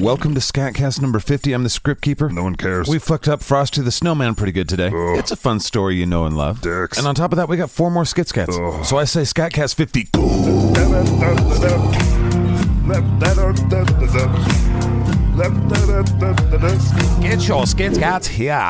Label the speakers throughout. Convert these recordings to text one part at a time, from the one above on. Speaker 1: Welcome to Scatcast number 50. I'm the script keeper.
Speaker 2: No one cares.
Speaker 1: We fucked up Frosty the Snowman pretty good today.
Speaker 2: Ugh.
Speaker 1: It's a fun story you know and love.
Speaker 2: Dicks.
Speaker 1: And on top of that, we got four more Skitscats.
Speaker 2: Ugh.
Speaker 1: So I say Scatcast 50. Get your Skitscats here.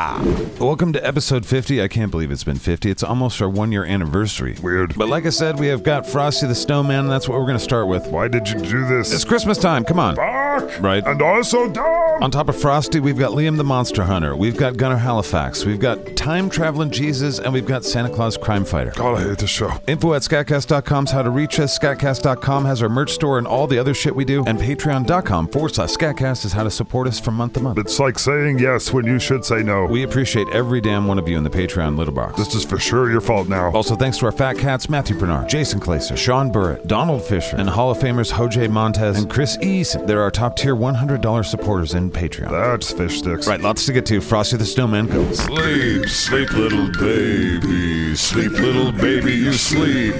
Speaker 1: Welcome to episode 50. I can't believe it's been 50. It's almost our one year anniversary.
Speaker 2: Weird.
Speaker 1: But like I said, we have got Frosty the Snowman. and That's what we're going to start with.
Speaker 2: Why did you do
Speaker 1: It's
Speaker 2: this?
Speaker 1: Christmas time. Come on.
Speaker 2: Fuck!
Speaker 1: Right.
Speaker 2: And also dumb!
Speaker 1: On top of Frosty, we've got Liam the Monster Hunter, we've got Gunnar Halifax, we've got Time Traveling Jesus, and we've got Santa Claus Crime Fighter.
Speaker 2: God, I hate this show.
Speaker 1: Info at scatcast.com is how to reach us. Scatcast.com has our merch store and all the other shit we do. And patreon.com forward slash scatcast is how to support us from month to month.
Speaker 2: It's like saying yes when you should say no.
Speaker 1: We appreciate every damn one of you in the Patreon little box.
Speaker 2: this is for sure your fault now.
Speaker 1: Also, thanks to our fat cats, Matthew Bernard, Jason Claser, Sean Burrett, Donald Fisher, and Hall of Famers Jose Montez and Chris Eason. They're our top tier $100 supporters in Patreon.
Speaker 2: That's fish sticks.
Speaker 1: Right, lots to get to. Frosty the Snowman, go.
Speaker 3: Sleep, sleep, little baby. Sleep, little baby, you sleep.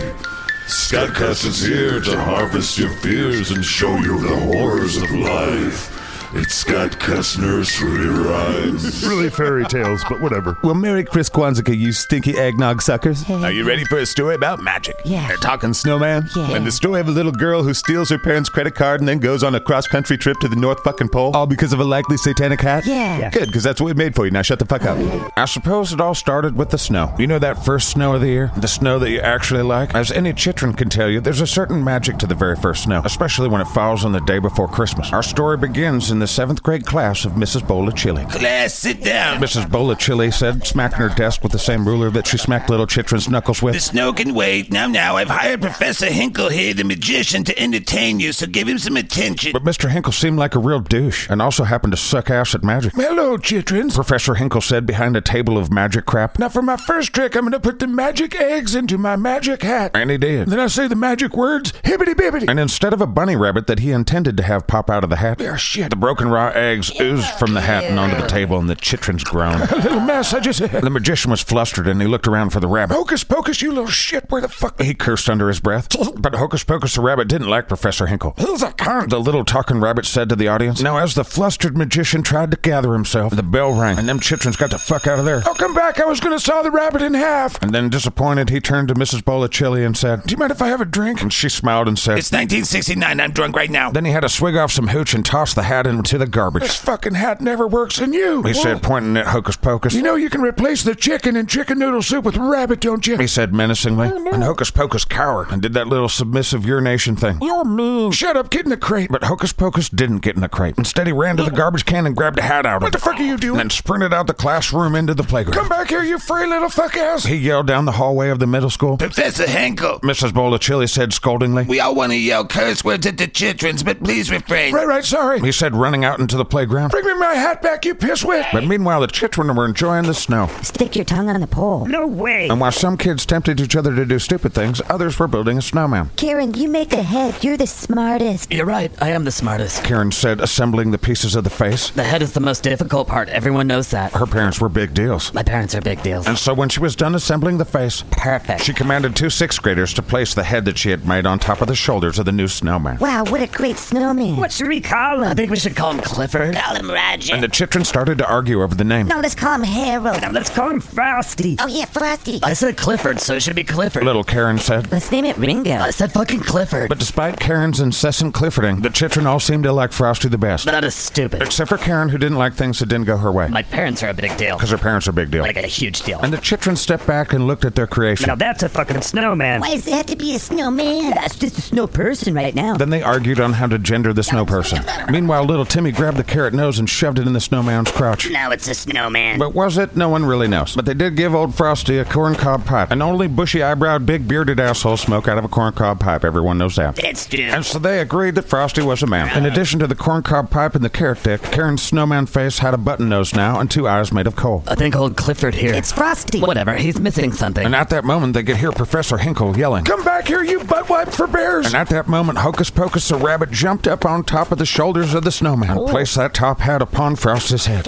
Speaker 3: Scatcast is here to harvest your fears and show you the horrors of life. It's Scatcast Nursery Rhymes.
Speaker 2: Really fairy tales, but whatever.
Speaker 1: Well, Merry Chris Kwanzaa, you stinky eggnog suckers. Are you ready for a story about magic?
Speaker 4: Yeah.
Speaker 1: They're talking snowman?
Speaker 4: Yeah.
Speaker 1: And the story of a little girl who steals her parents' credit card and then goes on a cross country trip to the North fucking pole? All because of a likely satanic hat?
Speaker 4: Yeah. Yeah.
Speaker 1: Good, because that's what we made for you. Now shut the fuck up. I suppose it all started with the snow. You know that first snow of the year? The snow that you actually like? As any chitrin can tell you, there's a certain magic to the very first snow, especially when it falls on the day before Christmas. Our story begins in the seventh grade class of Mrs. Bola Chili.
Speaker 5: Class, sit down.
Speaker 1: Mrs. Bola Chili said, smacking her desk with the same ruler that she smacked little Chitrin's knuckles
Speaker 5: The
Speaker 1: with.
Speaker 5: snow can wait. Now, now, I've hired Professor Hinkle here, the magician, to entertain you, so give him some attention.
Speaker 1: But Mr. Hinkle seemed like a real douche and also happened to suck ass at magic. Hello, Chitrins, Professor Hinkle said behind a table of magic crap. Now, for my first trick, I'm going to put the magic eggs into my magic hat. And he did. Then I say the magic words, hibbity bibbity. And instead of a bunny rabbit that he intended to have pop out of the hat, oh, shit. the broken raw eggs oozed from the hat and onto the table, and the Chitrins groaned. a little mess, I just. the magician was flustered and he looked around for the rabbit. Hocus pocus, you little shit, where the fuck? He cursed under his breath. but Hocus Pocus the rabbit didn't like Professor Hinkle. Who's a cunt? The little talking rabbit said to the audience. Now, as the flustered magician tried to gather himself, the bell rang, and them chitrins got the fuck out of there. Oh, come back, I was gonna saw the rabbit in half. And then, disappointed, he turned to Mrs. Bolicelli and said, Do you mind if I have a drink? And she smiled and said,
Speaker 5: It's 1969. I'm drunk right now.
Speaker 1: Then he had to swig off some hooch and toss the hat into the garbage. This fucking hat never works in you, he said, pointing at Hocus Pocus. You know you can replace the chicken in chicken noodle soup with rabbit, don't you? He said menacingly. And Hocus Pocus cowered and did that little submissive urination thing. You're mean. Shut up, get in the crate. But Hocus Pocus didn't get in the crate. Instead, he ran to the garbage can and grabbed a hat out of it. What the fuck are you doing? And then sprinted out the classroom into the playground. Come back here, you free little fuck ass! He yelled down the hallway of the middle school.
Speaker 5: Professor Hinkle,
Speaker 1: Mrs. Bolicelli said scoldingly.
Speaker 5: we all want to yell curse words at the childrens, but please refrain.
Speaker 1: Right, right, sorry. He said, running out into the playground. Bring me my hat back, you pisswit. But meanwhile, the children were enjoying the snow.
Speaker 4: Stick your tongue on the pole.
Speaker 6: No way.
Speaker 1: And while some kids tempted each other to do stupid things, others were building a snowman.
Speaker 4: Karen, you make the head. You're the smartest.
Speaker 6: You're right. I am the smartest.
Speaker 1: Karen said, assembling the pieces of the face.
Speaker 6: The head is the most difficult part. Everyone knows that.
Speaker 1: Her parents were big deals.
Speaker 6: My parents are big deals.
Speaker 1: And so when she was done assembling the face,
Speaker 6: Perfect.
Speaker 1: she commanded two sixth graders to place the head that she had made on top of the shoulders of the new snowman.
Speaker 4: Wow, what a great snowman.
Speaker 6: What should we call him? I think we should call him Clifford.
Speaker 5: Call him Roger.
Speaker 1: And the children started to argue over the name.
Speaker 4: No, let's call him Harold.
Speaker 6: Let's call him Frosty.
Speaker 4: Oh, yeah, Frosty.
Speaker 6: I said Clifford, so it should be Clifford.
Speaker 1: Little Karen said.
Speaker 4: Let's name it Ringo.
Speaker 6: I said fucking Clifford.
Speaker 1: But despite Karen's incessant cliffording, the children all seemed to like Frosty the best.
Speaker 6: that is stupid.
Speaker 1: Except for Karen, who didn't like things that didn't go her way.
Speaker 6: My parents are a big deal.
Speaker 1: Because her parents are big deal.
Speaker 6: Like a huge deal.
Speaker 1: And the Chitrin stepped back and looked at their creation.
Speaker 6: Now that's a fucking snowman.
Speaker 4: Why does it have to be a snowman? That's just a snow person right now.
Speaker 1: Then they argued on how to gender the snow person. Meanwhile, little Timmy grabbed the carrot nose and shoved it in the snowman's crotch.
Speaker 5: Now it's a snowman.
Speaker 1: But was it? No one really knows. But they did give old Frosty a corncob pipe. And only bushy eyebrowed, big bearded asshole smoke out of a corncob pipe. Everyone knows that.
Speaker 5: That's true.
Speaker 1: And so they agreed that Frosty was a man. In addition to the corncob pipe and the carrot dick, Karen's snowman face had a button nose now and two eyes made of coal.
Speaker 6: I think old Clifford here.
Speaker 4: It's Frosty.
Speaker 6: Whatever, he's missing something.
Speaker 1: And at that moment, they could hear Professor Hinkle yelling, Come back here, you butt wipe for bears! And at that moment, Hocus Pocus
Speaker 6: Oh.
Speaker 1: the rabbit jumped up on top of the shoulders of the snowman and placed that top hat upon Frosty's head.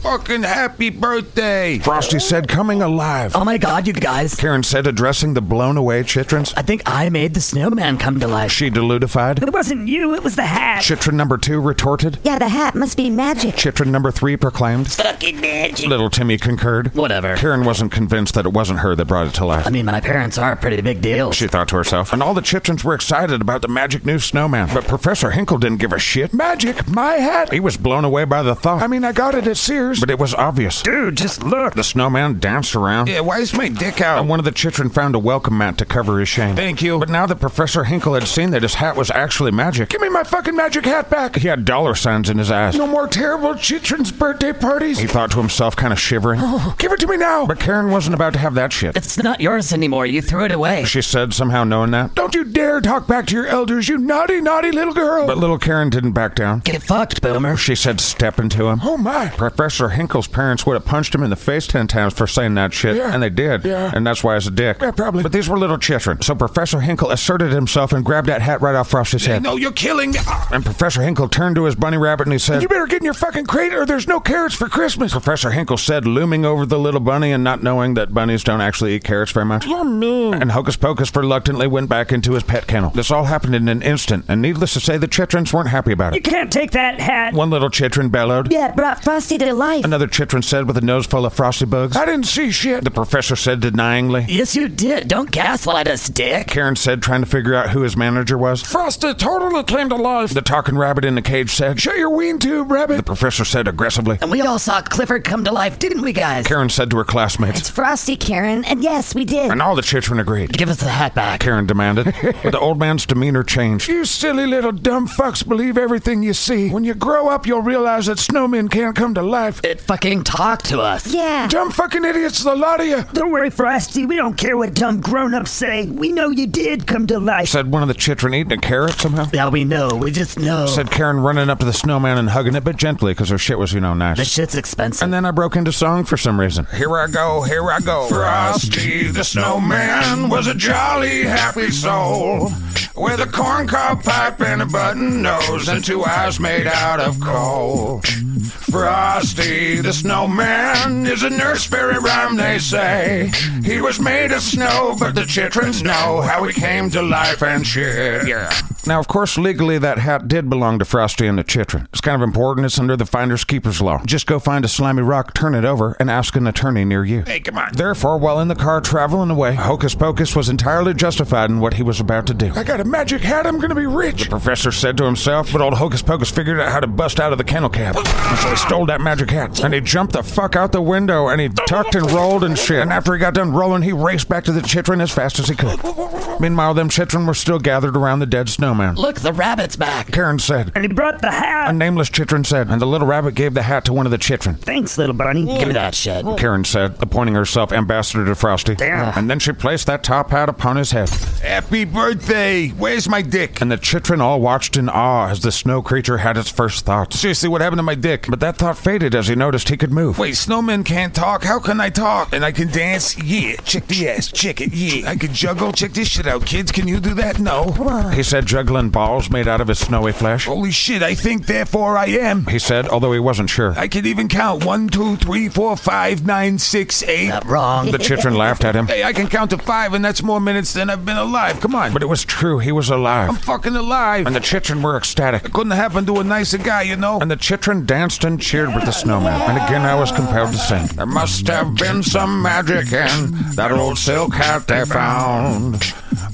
Speaker 5: fucking happy birthday.
Speaker 1: Frosty said, coming alive.
Speaker 6: Oh my god, you guys.
Speaker 1: Karen said, addressing the blown away Chitrins.
Speaker 6: I think I made the snowman come to life.
Speaker 1: She deludified.
Speaker 7: It wasn't you, it was the hat.
Speaker 1: Chitrin number two retorted.
Speaker 4: Yeah, the hat must be magic.
Speaker 1: Chitrin number three proclaimed.
Speaker 4: Fucking magic.
Speaker 1: Little Timmy concurred.
Speaker 6: Whatever.
Speaker 1: Karen wasn't convinced that it wasn't her that brought it to life.
Speaker 6: I mean, my parents are a pretty big deal.
Speaker 1: She thought to herself, and all the Chitrins were excited about the magic new snowman. But Professor Hinkle didn't give a shit. Magic, my hat! He was blown away by the thought. I mean, I got it at Sears, but it was obvious.
Speaker 7: Dude, just look.
Speaker 1: The snowman danced around,
Speaker 5: Yeah, why is my dick out?
Speaker 1: and one of the Chitrin found a welcome mat to cover his shame.
Speaker 5: Thank you.
Speaker 1: But now that Professor Hinkle had seen that his hat was actually magic, give me my fucking magic hat back! He had dollar signs in his eyes. No more terrible Chitrin's birthday parties! Oh. He thought to himself, kind of shivering. give it to me now! But Karen wasn't about to have that shit.
Speaker 6: It's not yours anymore. You threw it away.
Speaker 1: She said, somehow knowing that. Don't you dare talk back to your elders, you naughty, naughty little girl. But little Karen didn't back down.
Speaker 6: Get fucked, Boomer.
Speaker 1: She said, stepping to him. Oh my. Professor Hinkle's parents would have punched him in the face ten times for saying that shit. Yeah. And they did. Yeah. And that's why he's a dick.
Speaker 2: Yeah, probably.
Speaker 1: But these were little children. So Professor Hinkle asserted himself and grabbed that hat right off Frosty's head.
Speaker 5: no, you're killing me. Ah,
Speaker 1: And Professor Hinkle turned to his bunny rabbit and he said, You better get in your fucking crate or there's no carrots for Christmas. Professor Hinkle said, looming over the little bunny and not knowing that bunnies don't actually eat carrots very much. You're mean. And Hocus Pocus reluctantly went back into his pet kennel. This all happened in an instant, and needless to say, the Chitrins weren't happy about
Speaker 7: You
Speaker 1: it.
Speaker 7: can't take that hat.
Speaker 1: One little Chitrin bellowed.
Speaker 4: Yeah, it brought Frosty to life.
Speaker 1: Another Chitrin said with a nose full of frosty bugs. I didn't see shit, the professor said denyingly.
Speaker 6: Yes, you did. Don't gaslight us, dick.
Speaker 1: Karen said, trying to figure out who his manager was. Frosty totally came to life. The talking rabbit in the cage said, Shut your wean tube, rabbit. The professor said aggressively.
Speaker 6: And we all saw Clifford come to life, didn't we, guys?
Speaker 1: Karen said to her classmates,
Speaker 4: It's Frosty, Karen, and yes, we did.
Speaker 1: and all the children agreed.
Speaker 6: Give us the hat back.
Speaker 1: Karen demanded, but the old man's demeanor changed. You silly little dumb fucks believe everything you see. When you grow up, you'll realize that snowmen can't come to life.
Speaker 6: It fucking talked to us.
Speaker 4: Yeah.
Speaker 1: Dumb fucking idiots, the lot of you,
Speaker 7: Don't worry, Frosty. We don't care what dumb grown ups say. We know you did come to life.
Speaker 1: said one of the children eating a carrot somehow.
Speaker 6: Yeah, we know. We just know.
Speaker 1: Said Karen, running up to the snowman and hugging it, but gently, because her shit was, you know,
Speaker 6: the
Speaker 1: nice.
Speaker 6: shit's expensive.
Speaker 1: And then I broke into song for some reason.
Speaker 5: Here I go, here I go. Frosty the snowman was a jolly happy soul with a corncob pipe and a button nose and two eyes made out of coal. Frosty the snowman is a nurse fairy rhyme, they say. He was made of snow, but the chitrins know how he came to life and shit. Yeah.
Speaker 1: Now, of course, legally, that hat did belong to Frosty and the Chitrin. It's kind of important. It's under the finder's keeper's law. Just go find a slimy rock, turn it over, and ask an attorney near you.
Speaker 5: Hey, come on.
Speaker 1: Therefore, while in the car traveling away, Hocus Pocus was entirely justified in what he was about to do. I got a magic hat, I'm gonna be rich, the professor said to himself, but old Hocus Pocus figured out how to bust out of the kennel cab. And so he stole that magic hat, and he jumped the fuck out the window, and he tucked and rolled and shit. And after he got done rolling, he raced back to the chitrin as fast as he could. Meanwhile, them chitrin were still gathered around the dead snowman.
Speaker 6: Look, the rabbit's back.
Speaker 1: Karen said,
Speaker 7: And he brought the hat.
Speaker 1: a nameless chitrin said, and the little rabbit gave the hat to one of the chitrin.
Speaker 7: Thanks, little bunny.
Speaker 6: Give me that shit.
Speaker 1: Karen said, appointing herself ambassador to Frosty.
Speaker 7: Damn.
Speaker 1: And then she placed that top hat upon his head.
Speaker 5: Happy birthday. Where's my dick?
Speaker 1: And the Chitrin all watched in awe as the snow creature had its first thoughts.
Speaker 5: Seriously, what happened to my dick?
Speaker 1: But that thought faded as he noticed he could move.
Speaker 5: Wait, snowmen can't talk. How can I talk? And I can dance? Yeah. Check the ass. Check it. Yeah. I can juggle. Check this shit out. Kids, can you do that? No.
Speaker 1: He said, juggling balls made out of his snowy flesh.
Speaker 5: Holy shit, I think therefore I am.
Speaker 1: He said, although he wasn't sure.
Speaker 5: I can even count. One, two, three, four, five, nine, six, eight.
Speaker 6: Not wrong.
Speaker 1: The Chitrin laughed at him.
Speaker 5: Hey, I can count to five, and that's more minutes than I've been alive. Come on.
Speaker 1: But it was true, he was
Speaker 5: I'm
Speaker 1: alive.
Speaker 5: fucking alive.
Speaker 1: And the Chitrin were ecstatic.
Speaker 5: Couldn't happen to a nicer guy, you know?
Speaker 1: And the Chitrin danced and cheered with the snowman. And again, I was compelled to sing.
Speaker 5: There must have been some magic in that old silk hat they found.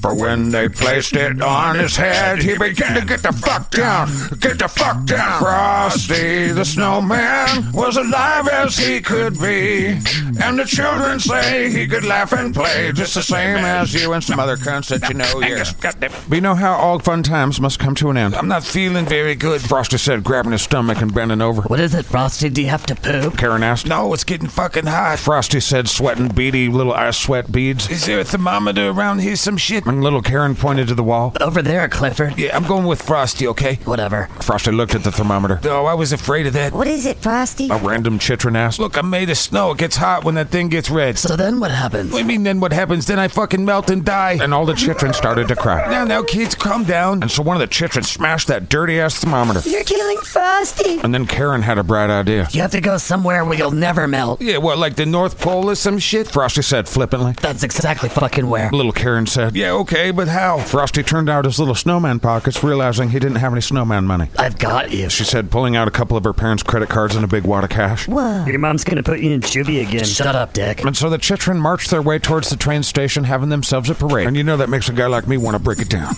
Speaker 5: For when they placed it on his head, he began to get the fuck down, get the fuck down. Frosty the snowman was alive as he could be, and the children say he could laugh and play just the same as you and some other cunts that you know. Yeah,
Speaker 1: But you know how all fun times must come to an end.
Speaker 5: I'm not feeling very good.
Speaker 1: Frosty said, grabbing his stomach and bending over.
Speaker 6: What is it, Frosty? Do you have to poop?
Speaker 1: Karen asked.
Speaker 5: No, it's getting fucking hot.
Speaker 1: Frosty said, sweating beady little ice sweat beads.
Speaker 5: Is there a thermometer around here? Some shit? shit?
Speaker 1: And little Karen pointed to the wall.
Speaker 6: Over there, Clifford.
Speaker 5: Yeah, I'm going with Frosty, okay?
Speaker 6: Whatever.
Speaker 1: Frosty looked at the thermometer.
Speaker 5: Oh, I was afraid of that.
Speaker 4: What is it, Frosty?
Speaker 1: A random chitrin asked.
Speaker 5: Look, I'm made of snow. It gets hot when that thing gets red.
Speaker 6: So then what happens?
Speaker 5: What do you mean then what happens? Then I fucking melt and die.
Speaker 1: And all the chitrin started to cry.
Speaker 5: Now, now, kids, calm down.
Speaker 1: And so one of the chitrins smashed that dirty ass thermometer.
Speaker 4: You're killing Frosty.
Speaker 1: And then Karen had a bright idea.
Speaker 6: You have to go somewhere where you'll never melt.
Speaker 5: Yeah, what, like the North Pole or some shit?
Speaker 1: Frosty said flippantly.
Speaker 6: That's exactly fucking where.
Speaker 1: Little Karen said.
Speaker 5: Yeah, okay, but how?
Speaker 1: Frosty turned out his little snowman pockets, realizing he didn't have any snowman money.
Speaker 6: I've got you.
Speaker 1: She said, pulling out a couple of her parents' credit cards and a big wad of cash.
Speaker 4: Whoa.
Speaker 7: Your mom's gonna put you in juvie again.
Speaker 6: Shut up, Dick.
Speaker 1: And so the Chitrin marched their way towards the train station, having themselves a parade. And you know that makes a guy like me want to break it down.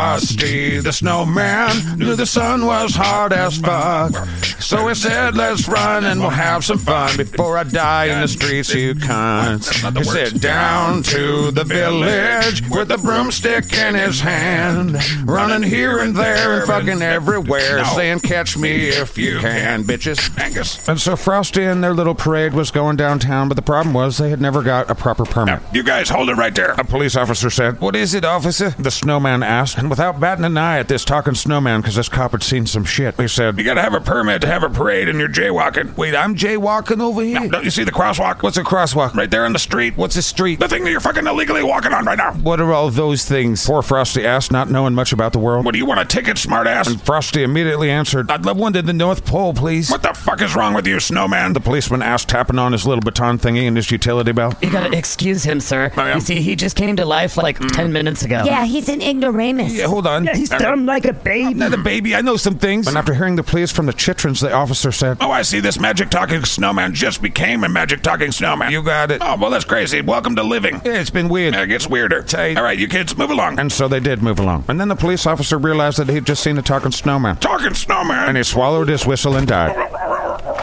Speaker 5: Frosty the snowman knew the sun was hard as fuck. So he said, let's run and we'll have some fun before I die in the streets, you cunts. He said, down to the village with a broomstick in his hand. Running here and there, fucking everywhere, saying, catch me if you can, bitches. Angus.
Speaker 1: And so Frosty and their little parade was going downtown, but the problem was they had never got a proper permit.
Speaker 5: You guys hold it right there.
Speaker 1: A police officer said,
Speaker 5: What is it, officer?
Speaker 1: The snowman asked, and without batting an eye at this talking snowman, because this cop had seen some shit, he said,
Speaker 5: You gotta have a permit to have a parade and you're jaywalking. Wait, I'm jaywalking over here? don't you see the crosswalk? What's
Speaker 1: What's a crosswalk?
Speaker 5: right there on the street? What's
Speaker 1: What's a street?
Speaker 5: the thing that you're fucking illegally walking on right now?
Speaker 1: What are all those things? Poor Frosty asked, not knowing much about the world.
Speaker 5: What do you want a ticket, smartass?
Speaker 1: Frosty immediately answered, I'd love one to the North Pole, please.
Speaker 5: What the fuck is wrong with you, snowman?
Speaker 1: The policeman asked, tapping on his little baton thingy and his utility belt.
Speaker 6: You gotta excuse him, sir.
Speaker 5: I am.
Speaker 6: You see, he just came to life like 10 minutes ago.
Speaker 4: Yeah, he's an ignoramus.
Speaker 5: Yeah, hold on.
Speaker 7: Yeah, he's dumb like a baby.
Speaker 5: Another baby. I know some things.
Speaker 1: And after hearing the pleas from the Chitrins, the officer said,
Speaker 5: Oh, I see. This magic talking snowman just became a magic talking snowman. You got it. Oh, well, that's crazy. Welcome to living.
Speaker 1: Yeah, it's been weird.
Speaker 5: It gets weirder. Tight. All right, you kids, move along.
Speaker 1: And so they did move along. And then the police officer realized that he'd just seen a talking snowman.
Speaker 5: Talking snowman.
Speaker 1: And he swallowed his whistle and died.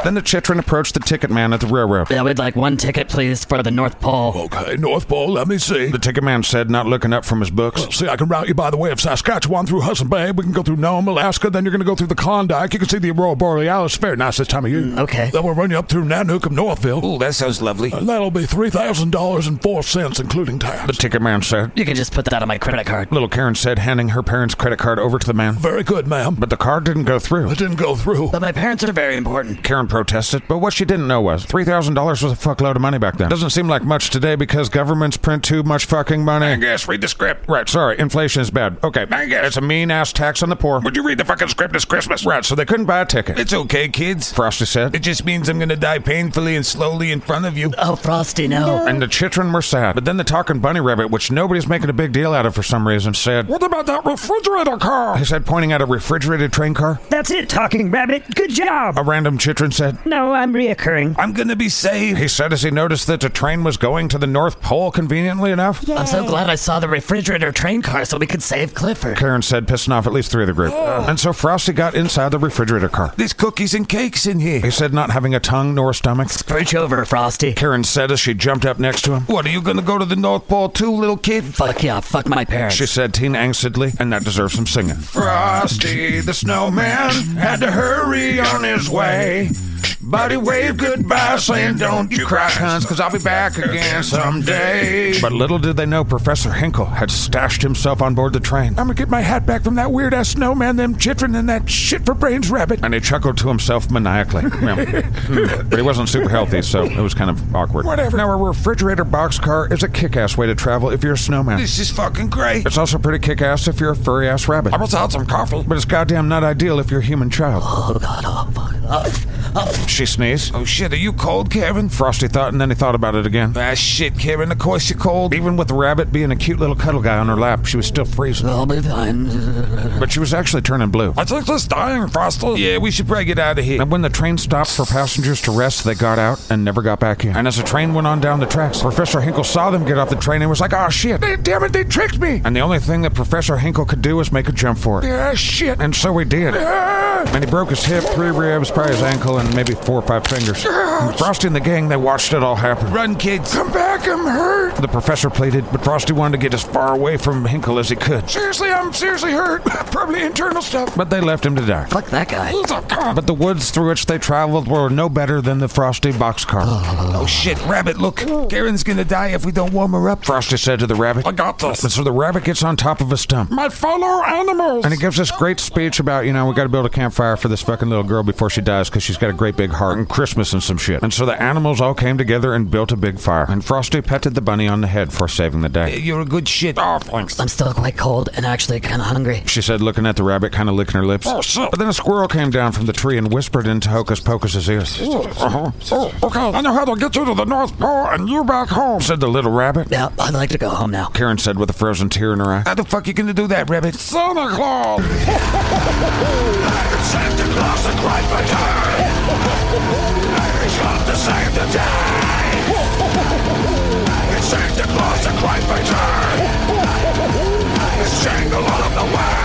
Speaker 1: Then the Chitrin approached the ticket man at the railroad.
Speaker 6: Yeah, we'd like one ticket, please, for the North Pole.
Speaker 3: Okay, North Pole, let me see.
Speaker 1: The ticket man said, not looking up from his books.
Speaker 3: See, I can route you by the way of Saskatchewan through Hudson Bay. We can go through Nome, Alaska. Then you're going to go through the Klondike. You can see the Aurora Borealis. It's very nice this time of year.
Speaker 6: okay.
Speaker 3: Then we'll run you up through Nanook of Northville.
Speaker 5: Ooh, that sounds lovely.
Speaker 3: And that'll be $3,000.04, including
Speaker 1: The
Speaker 3: tax.
Speaker 1: ticket man said.
Speaker 6: You can just put that on my credit card.
Speaker 1: Little Karen said, handing her parents' credit card over to the man.
Speaker 3: Very good, ma'am.
Speaker 1: But the card didn't go through.
Speaker 3: It didn't go through.
Speaker 6: But my parents are very important.
Speaker 1: Karen protested, but what she didn't know was $3,000 was a fuckload of money back then. Doesn't seem like much today because governments print too much fucking money.
Speaker 5: Angus, read the script.
Speaker 1: Right, sorry, inflation is bad. Okay,
Speaker 5: Angus.
Speaker 1: it's a mean ass tax on the poor.
Speaker 5: Would you read the fucking script? It's Christmas.
Speaker 1: Right, so they couldn't buy a ticket.
Speaker 5: It's okay, kids.
Speaker 1: Frosty
Speaker 5: It
Speaker 1: said.
Speaker 5: just means I'm gonna die painfully and slowly in front of you.
Speaker 6: Oh, Frosty, no.
Speaker 1: And the Chitrin were sad. But then the talking bunny rabbit, which nobody's making a big deal out of for some reason, said,
Speaker 3: What about that refrigerator car?
Speaker 1: He said, pointing at a refrigerated train car.
Speaker 7: That's it, talking rabbit. Good job.
Speaker 1: A random Chitrin said,
Speaker 7: No, I'm reoccurring.
Speaker 5: I'm gonna be saved.
Speaker 1: He said as he noticed that the train was going to the North Pole conveniently enough.
Speaker 4: Yay.
Speaker 6: I'm so glad I saw the refrigerator train car so we could save Clifford.
Speaker 1: Karen said, pissing off at least three of the group. And so Frosty got inside the refrigerator car.
Speaker 5: There's cookies and cakes in here.
Speaker 1: He said, not having a tongue nor a stomach.
Speaker 6: Scrooge over, Frosty.
Speaker 1: Karen said as she jumped up next to him.
Speaker 5: What, are you gonna go to the North Pole too, little kid?
Speaker 6: Fuck yeah, fuck my parents.
Speaker 1: She said, teen angstedly, and that deserves some singing.
Speaker 5: Frosty the snowman had to hurry on his way. But he waved goodbye, saying, Don't you cry, cuz, cause I'll be back again someday.
Speaker 1: But little did they know Professor Hinkle had stashed himself on board the train. I'm gonna get my hat back from that weird ass snowman, them chitrin, and that shit for brains rabbit. And he chuckled to himself maniacally. Yeah. Hmm. but he wasn't super healthy, so it was kind of awkward. Whatever. Now, a refrigerator boxcar is a kick ass way to travel if you're a snowman.
Speaker 5: This is fucking great.
Speaker 1: It's also pretty kick ass if you're a furry ass rabbit.
Speaker 5: I was out some coffee.
Speaker 1: But it's goddamn not ideal if you're a human child.
Speaker 6: Oh, God, oh, fuck. Oh, oh.
Speaker 1: She sneezed.
Speaker 5: Oh shit, are you cold, Kevin?
Speaker 1: Frosty thought, and then he thought about it again.
Speaker 5: Ah shit, Kevin, of course you're cold.
Speaker 1: Even with the rabbit being a cute little cuddle guy on her lap, she was still freezing.
Speaker 6: I'll be fine.
Speaker 1: But she was actually turning blue.
Speaker 5: I think this dying, Frosty. Yeah, we should probably get out of here.
Speaker 1: And when the train stopped for passengers to rest, they got out and never got back in. And as the train went on down the tracks, Professor Hinkle saw them get off the train and was like, oh shit, they, damn it, they tricked me. And the only thing that Professor Hinkle could do was make a jump for it.
Speaker 5: Ah shit.
Speaker 1: And so he did. And he broke his hip, three ribs, probably his ankle, and on maybe four or five fingers. And Frosty and the gang, they watched it all happen. Run, kids. Come back, I'm hurt. The professor pleaded, but Frosty wanted to get as far away from Hinkle as he could. Seriously, I'm seriously hurt. Probably internal stuff. But they left him to die.
Speaker 6: Fuck that guy.
Speaker 1: But the woods through which they traveled were no better than the Frosty boxcar.
Speaker 5: Oh shit, rabbit, look. Karen's gonna die if we don't warm her up.
Speaker 1: Frosty said to the rabbit,
Speaker 5: I got this.
Speaker 1: And so the rabbit gets on top of a stump.
Speaker 5: My fellow animals.
Speaker 1: And he gives this great speech about, you know, we gotta build a campfire for this fucking little girl before she dies because she's got a great big heart and Christmas and some shit. And so the animals all came together and built a big fire. And Frosty petted the bunny on the head for saving the day.
Speaker 5: You're a good shit. Oh, thanks.
Speaker 6: I'm still quite cold and actually kind of hungry.
Speaker 1: She said, looking at the rabbit, kind of licking her lips.
Speaker 5: Oh, shit.
Speaker 1: But then a squirrel came down from the tree and whispered into Hocus Pocus's ear.
Speaker 5: Uh-huh. Oh, okay. I know how to get you to the North Pole and you back home.
Speaker 1: Said the little rabbit.
Speaker 6: Yeah, I'd like to go home now.
Speaker 1: Karen said with a frozen tear in her eye.
Speaker 5: How the fuck you gonna do that, rabbit? Santa Claus.
Speaker 8: Santa Claus and cried for time. It's not the same today. It's Santa Claus and cried for time. It's jingle all the way.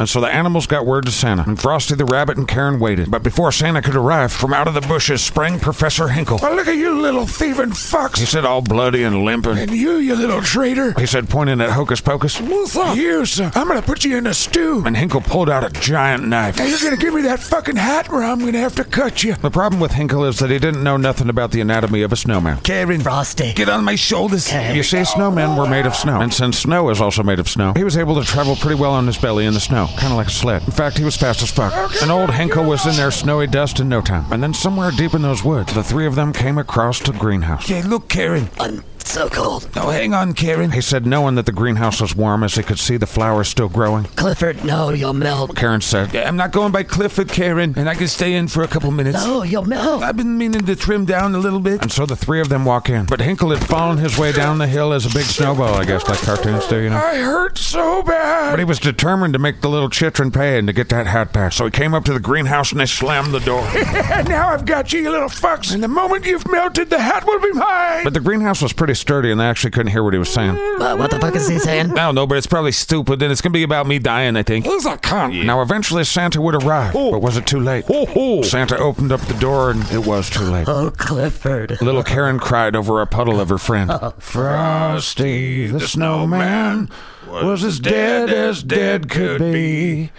Speaker 1: And so the animals got word to Santa, and Frosty the Rabbit and Karen waited. But before Santa could arrive, from out of the bushes sprang Professor Hinkle.
Speaker 5: Well, look at you little thieving
Speaker 1: He
Speaker 5: fucks.
Speaker 1: said, all bloody and limping.
Speaker 5: And you, you little traitor.
Speaker 1: He said, pointing at Hocus Pocus.
Speaker 5: What's up? You, sir. I'm gonna put you in a stew.
Speaker 1: And Hinkle pulled out a giant knife.
Speaker 5: Now you're gonna give me that fucking hat or I'm gonna have to cut you.
Speaker 1: The problem with Hinkle is that he didn't know nothing about the anatomy of a snowman.
Speaker 5: Karen,
Speaker 6: Frosty.
Speaker 5: get on my shoulders.
Speaker 1: You see, snowmen were made of snow, and since snow is also made of snow, he was able to travel pretty well on his belly in the snow, kind of like a sled. In fact, he was fast as fuck. And old Hinkle was in their snowy dust in no time. And then somewhere deep in those woods, the three of them came across to greenhouse.
Speaker 5: Okay, look, Karen.
Speaker 6: I'm so cold.
Speaker 5: Now hang on, Karen.
Speaker 1: He said, knowing that the greenhouse was warm, as he could see the flowers still growing.
Speaker 6: Clifford, no, you'll melt.
Speaker 1: Karen said,
Speaker 5: Yeah, I'm not going by Clifford, Karen, and I can stay in for a couple minutes.
Speaker 6: No, you'll melt.
Speaker 5: I've been meaning to trim down a little bit.
Speaker 1: And so the three of them walk in. But Hinkle had fallen his way down the hill as a big snowball, I guess, like cartoons do, you know?
Speaker 5: I hurt so bad.
Speaker 1: But he was determined to make the little chitrin pay and to get that hat back. So he came up to the greenhouse and they slammed the door.
Speaker 5: And now I've got you, you little fucks, and the moment you've melted, the hat will be mine. Mm.
Speaker 1: But the greenhouse was pretty sturdy and they actually couldn't hear what he was saying.
Speaker 6: Uh, what the fuck is he saying?
Speaker 5: I don't know, but it's probably stupid, and it's gonna be about me dying, I think. Who's a cunt?
Speaker 1: Now eventually Santa would arrive, but was it too late?
Speaker 5: Ho ho.
Speaker 1: Santa opened up the door and it was too late.
Speaker 6: Oh, Clifford.
Speaker 1: Little Karen cried over a puddle of her friend. Frosty the snowman was as dead as dead could be.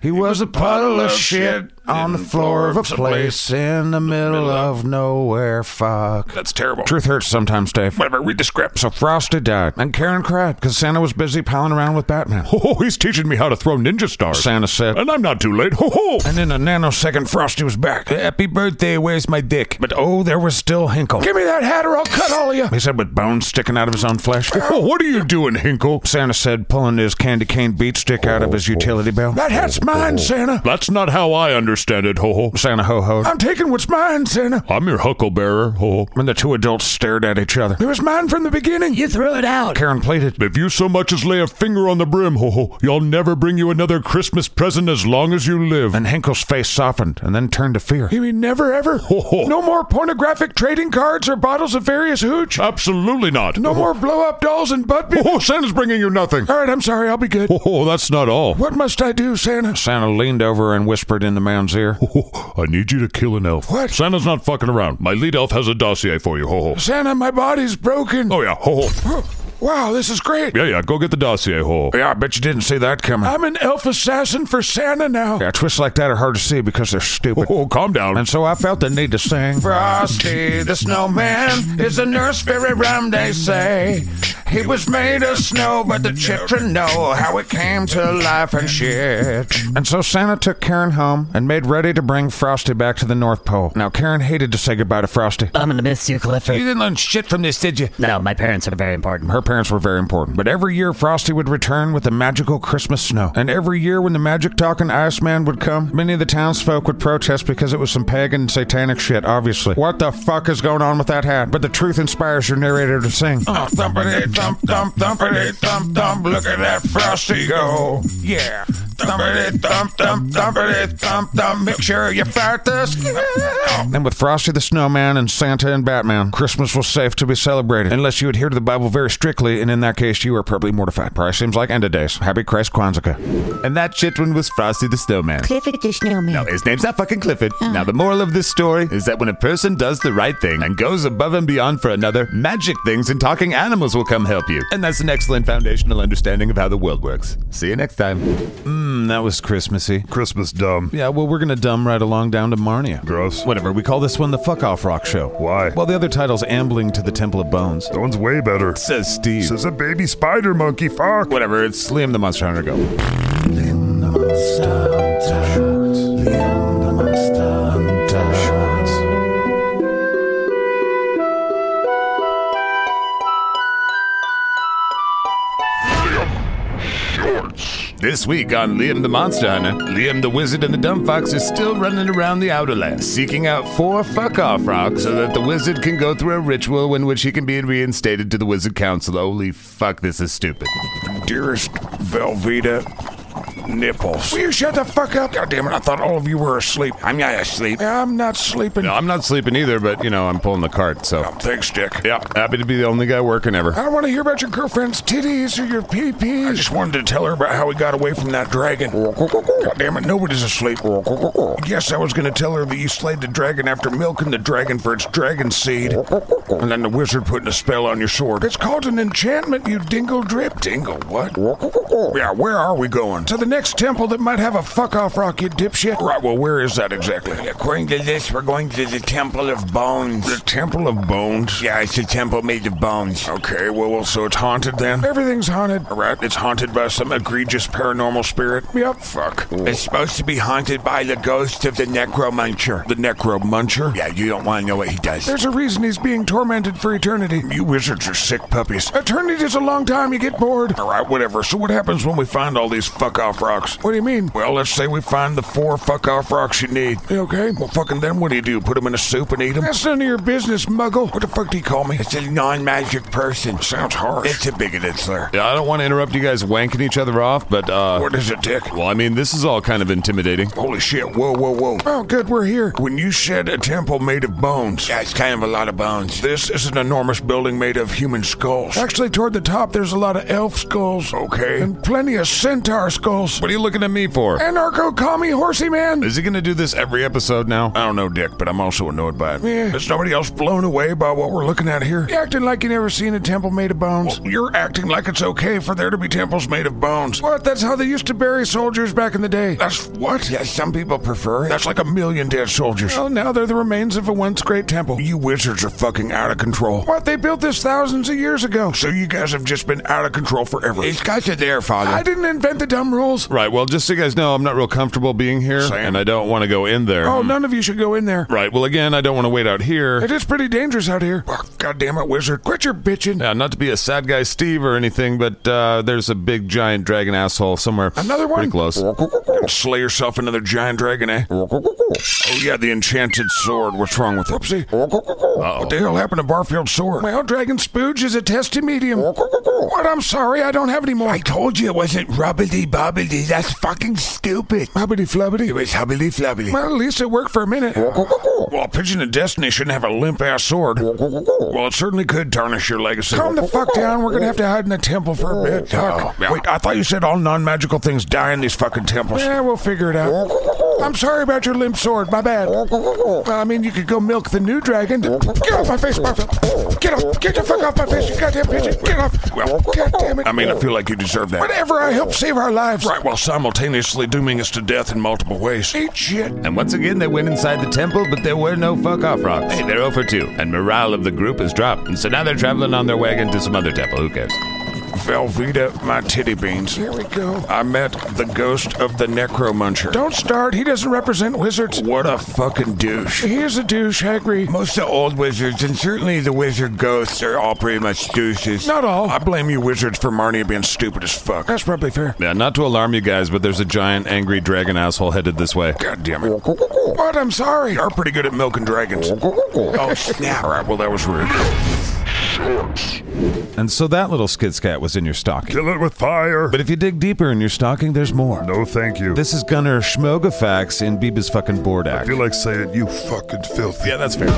Speaker 1: He was a puddle of shit on the floor of a place in the middle of nowhere. Fuck.
Speaker 3: That's terrible.
Speaker 1: Truth hurts sometimes, Dave.
Speaker 3: Whatever, read the script.
Speaker 1: So Frosty died, and Karen cried because Santa was busy palling around with Batman.
Speaker 3: Oh, he's teaching me how to throw ninja stars.
Speaker 1: Santa said.
Speaker 3: And I'm not too late. Ho ho!
Speaker 1: And in a nanosecond, Frosty was back.
Speaker 5: Happy birthday, where's my dick?
Speaker 1: But oh, there was still Hinkle.
Speaker 5: Give me that hat or I'll cut all of you.
Speaker 1: He said with bones sticking out of his own flesh.
Speaker 3: Oh, what are you doing, Hinkle?
Speaker 1: Santa said, pulling his candy cane beet stick out of his utility belt. Oh.
Speaker 5: That hat's mine, Santa.
Speaker 3: That's not how I understand it, ho ho.
Speaker 1: Santa ho hoed.
Speaker 5: I'm taking what's mine, Santa.
Speaker 3: I'm your hucklebearer, ho ho.
Speaker 1: When the two adults stared at each other,
Speaker 5: It was mine from the beginning.
Speaker 6: You threw it out.
Speaker 1: Karen pleaded.
Speaker 3: If you so much as lay a finger on the brim, ho ho, y'all never bring you another Christmas present as long as you live.
Speaker 1: And Hinkle's face softened and then turned to fear.
Speaker 5: You mean never ever?
Speaker 3: Ho, ho.
Speaker 5: No more pornographic trading cards or bottles of various hooch.
Speaker 3: Absolutely not.
Speaker 5: No more blow up dolls and butt
Speaker 3: Ho
Speaker 5: be-
Speaker 3: ho, Oh. Santa's bringing you nothing.
Speaker 5: All right, I'm sorry, I'll be good.
Speaker 3: Ho ho, that's not all.
Speaker 5: What must I do, Santa? Oh,
Speaker 1: Santa leaned over and whispered in the man's ear.
Speaker 3: Ho ho, I need you to kill an elf.
Speaker 5: What?
Speaker 3: Santa's not fucking around. My lead elf has a dossier for you, ho ho.
Speaker 5: Santa, my body's broken.
Speaker 3: Oh yeah, ho ho.
Speaker 5: Wow, this is great.
Speaker 3: Yeah, yeah, go get the dossier, ho ho.
Speaker 1: Yeah, I bet you didn't see that coming.
Speaker 5: I'm an elf assassin for Santa now.
Speaker 1: Yeah, twists like that are hard to see because they're
Speaker 3: Ho
Speaker 1: stupid.
Speaker 3: ho, calm down.
Speaker 1: And so I felt the need to sing.
Speaker 5: Oh, Frosty the snowman is a nurse fairy rum, they say. He was made of snow, but the children know how it came to life and shit.
Speaker 1: And so Santa took Karen home and made ready to bring Frosty back to the North Pole. Now, Karen hated to say goodbye to Frosty.
Speaker 6: I'm gonna miss you, Clifford.
Speaker 5: didn't learn shit from this, did you?
Speaker 6: No, my parents are very important.
Speaker 1: Her parents were very important, but every year Frosty would return with the magical Christmas snow. And every year when the magic talking Iceman would come, many of the townsfolk would protest because it was some pagan satanic shit, obviously. What the fuck is going on with that hat? But the truth inspires your narrator to sing.
Speaker 5: Oh, thumpity thump thump thumpity thump thump. Look at that Frosty go. Yeah.
Speaker 1: thumpity thump thump thumpity thump thump. Make sure you fart this.
Speaker 9: And with Frosty the Snowman and Santa and Batman, Christmas was safe to be celebrated, unless you adhere to the Bible very strictly, and in that case, you are probably mortified. Price seems like end of days. Happy Christ Kwanzaa.
Speaker 10: And that shit one was Frosty the Snowman.
Speaker 4: Clifford the snowman.
Speaker 10: No, his name's not fucking Clifford. Now, the moral of this story is that when a person does the right thing and goes above and beyond for another, magic things and talking animals will come help you. And that's an excellent foundational understanding of how the world works. See you next time. Mmm, that was Christmassy.
Speaker 2: Christmas dumb.
Speaker 9: Yeah, well, we're gonna dumb right along down to Marnia.
Speaker 2: Gross.
Speaker 9: Whatever, we call this one the Fuck Off Rock Show.
Speaker 2: Why?
Speaker 9: Well, the other title's Ambling to the Temple of Bones.
Speaker 2: That one's way better.
Speaker 10: Says Steve.
Speaker 2: This is a baby spider monkey. Fuck.
Speaker 10: Whatever, it's Liam the Monster Hunter. Go. This week on Liam the Monster Hunter, Liam the Wizard and the Dumb Fox are still running around the Outer Lands, seeking out four fuck off rocks so that the wizard can go through a ritual in which he can be reinstated to the Wizard Council. Holy fuck, this is stupid.
Speaker 1: Dearest Velveeta nipples. Will you shut the fuck up? God damn it, I thought all of you were asleep. I'm not asleep. I'm not sleeping.
Speaker 10: No, I'm not sleeping either, but you know, I'm pulling the cart, so.
Speaker 1: Thanks, Dick.
Speaker 10: Yep, happy to be the only guy working
Speaker 1: I
Speaker 10: ever.
Speaker 1: don't want to hear about your girlfriend's titties or your pee-pee. I just wanted to tell her about how we got away from that dragon. God damn it, nobody's asleep. Yes, I was going to tell her that you slayed the dragon after milking the dragon for its dragon seed. And then the wizard putting a spell on your sword. It's called an enchantment, you dingle drip. Dingle what? oh, Yeah, where are we going? To the next temple that might have a fuck-off rock, you dipshit. Right, well, where is that exactly?
Speaker 5: According to this, we're going to the Temple of Bones.
Speaker 1: The Temple of Bones?
Speaker 5: Yeah, it's a temple made of bones.
Speaker 1: Okay, well, well, so it's haunted then? Everything's haunted. All right, it's haunted by some egregious paranormal spirit. Yep, fuck.
Speaker 5: It's supposed to be haunted by the ghost of the Necromuncher.
Speaker 1: The Necromuncher?
Speaker 5: Yeah, you don't want to know what he does.
Speaker 1: There's a reason he's being tormented for eternity. You wizards are sick puppies. Eternity's a long time, you get bored. All right, whatever. So what happens when we find all these fuck-off rocks? What do you mean? Well, let's say we find the four fuck-off rocks you need. You Okay, well, fucking then what do you do? Put them in a soup and eat them? That's none of your business, muggle. What the fuck do you call me?
Speaker 5: It's a non-magic person.
Speaker 1: Sounds harsh.
Speaker 5: It's a bigoted slur.
Speaker 10: Yeah, I don't want to interrupt you guys wanking each other off, but, uh.
Speaker 1: What is it, Dick?
Speaker 10: Well, I mean, this is all kind of intimidating.
Speaker 1: Holy shit, whoa, whoa, whoa. Oh, good, we're here. When you said a temple made of bones,
Speaker 5: Yeah, it's kind of a lot of bones.
Speaker 1: this is an enormous building made of human skulls. Actually, toward the top, there's a lot of elf skulls. Okay. And plenty of centaur skulls.
Speaker 10: What are you looking at me for?
Speaker 1: Anarcho commie horsey man?
Speaker 10: Is he gonna do this every episode now?
Speaker 1: I don't know, Dick, but I'm also annoyed by it. Yeah. Is nobody else blown away by what we're looking at here? You acting like you never seen a temple made of bones. Well, you're acting like it's okay for there to be temples made of bones. What? That's how they used to bury soldiers back in the day. That's what?
Speaker 5: Yeah, some people prefer it.
Speaker 1: That's like a million dead soldiers. Well, now they're the remains of a once great temple. You wizards are fucking out of control. What? They built this thousands of years ago. So you guys have just been out of control forever.
Speaker 5: It's got you there, Father.
Speaker 1: I didn't invent the dumb rules.
Speaker 10: Right, well, just so you guys know, I'm not real comfortable being here,
Speaker 1: Same.
Speaker 10: and I don't want to go in there.
Speaker 1: Oh, none of you should go in there.
Speaker 10: Right, well, again, I don't want to wait out here.
Speaker 1: It is pretty dangerous out here. Oh, God damn it, wizard. Quit your bitching.
Speaker 10: Yeah, not to be a sad guy Steve or anything, but uh, there's a big giant dragon asshole somewhere.
Speaker 1: Another one.
Speaker 10: Pretty close.
Speaker 1: Slay yourself another giant dragon, eh? Oh yeah, the enchanted sword. What's wrong with it? Whoopsie. What the hell happened to Barfield's sword? Well, Dragon Spooge is a testy medium. What? I'm sorry, I don't have any more.
Speaker 5: I told you it wasn't rubbity bobbity. That's fucking stupid.
Speaker 1: Hubbity
Speaker 5: It
Speaker 1: flubbity.
Speaker 5: was hubbly flubbly.
Speaker 1: Well, at least it worked for a minute. Well, a Pigeon of Destiny shouldn't have a limp ass sword. Well, it certainly could tarnish your legacy. Calm the fuck down. We're gonna have to hide in the temple for a bit. Fuck. Wait, I thought you said all non-magical things die in these fucking temples. Yeah, we'll figure it out. I'm sorry about your limp sword. My bad. Well, I mean, you could go milk the new dragon. Get off my face, Barfield. Get off. Get the fuck off my face, you goddamn pigeon. Get off. Well, goddamn it. I mean, I feel like you deserve that. Whatever. I help save our lives. Right, while simultaneously dooming us to death in multiple ways. Eat shit.
Speaker 10: And once again, they went inside the temple, but there were no fuck off rocks. Hey, they're 0 for 2, and morale of the group is dropped. And so now they're traveling on their wagon to some other temple. Who cares?
Speaker 1: Velveeta, my titty beans. Here we go. I met the ghost of the Necromuncher. Don't start. He doesn't represent wizards. What a fucking douche. He is a douche, I agree.
Speaker 5: Most of the old wizards, and certainly the wizard ghosts, are all pretty much douches.
Speaker 1: Not all. I blame you wizards for Marnia being stupid as fuck. That's probably fair.
Speaker 10: Yeah, not to alarm you guys, but there's a giant angry dragon asshole headed this way.
Speaker 1: God damn it. What? I'm sorry. You're pretty good at milking dragons. oh, snap. All right, well, that was rude.
Speaker 5: shorts.
Speaker 11: And so that little skid scat was in your stocking.
Speaker 2: Kill it with fire.
Speaker 11: But if you dig deeper in your stocking, there's more.
Speaker 2: No, thank you.
Speaker 11: This is Gunner Schmogafax in Biba's fucking
Speaker 2: I
Speaker 11: Bordak.
Speaker 2: feel like saying you fucking filthy.
Speaker 11: yeah, that's fair.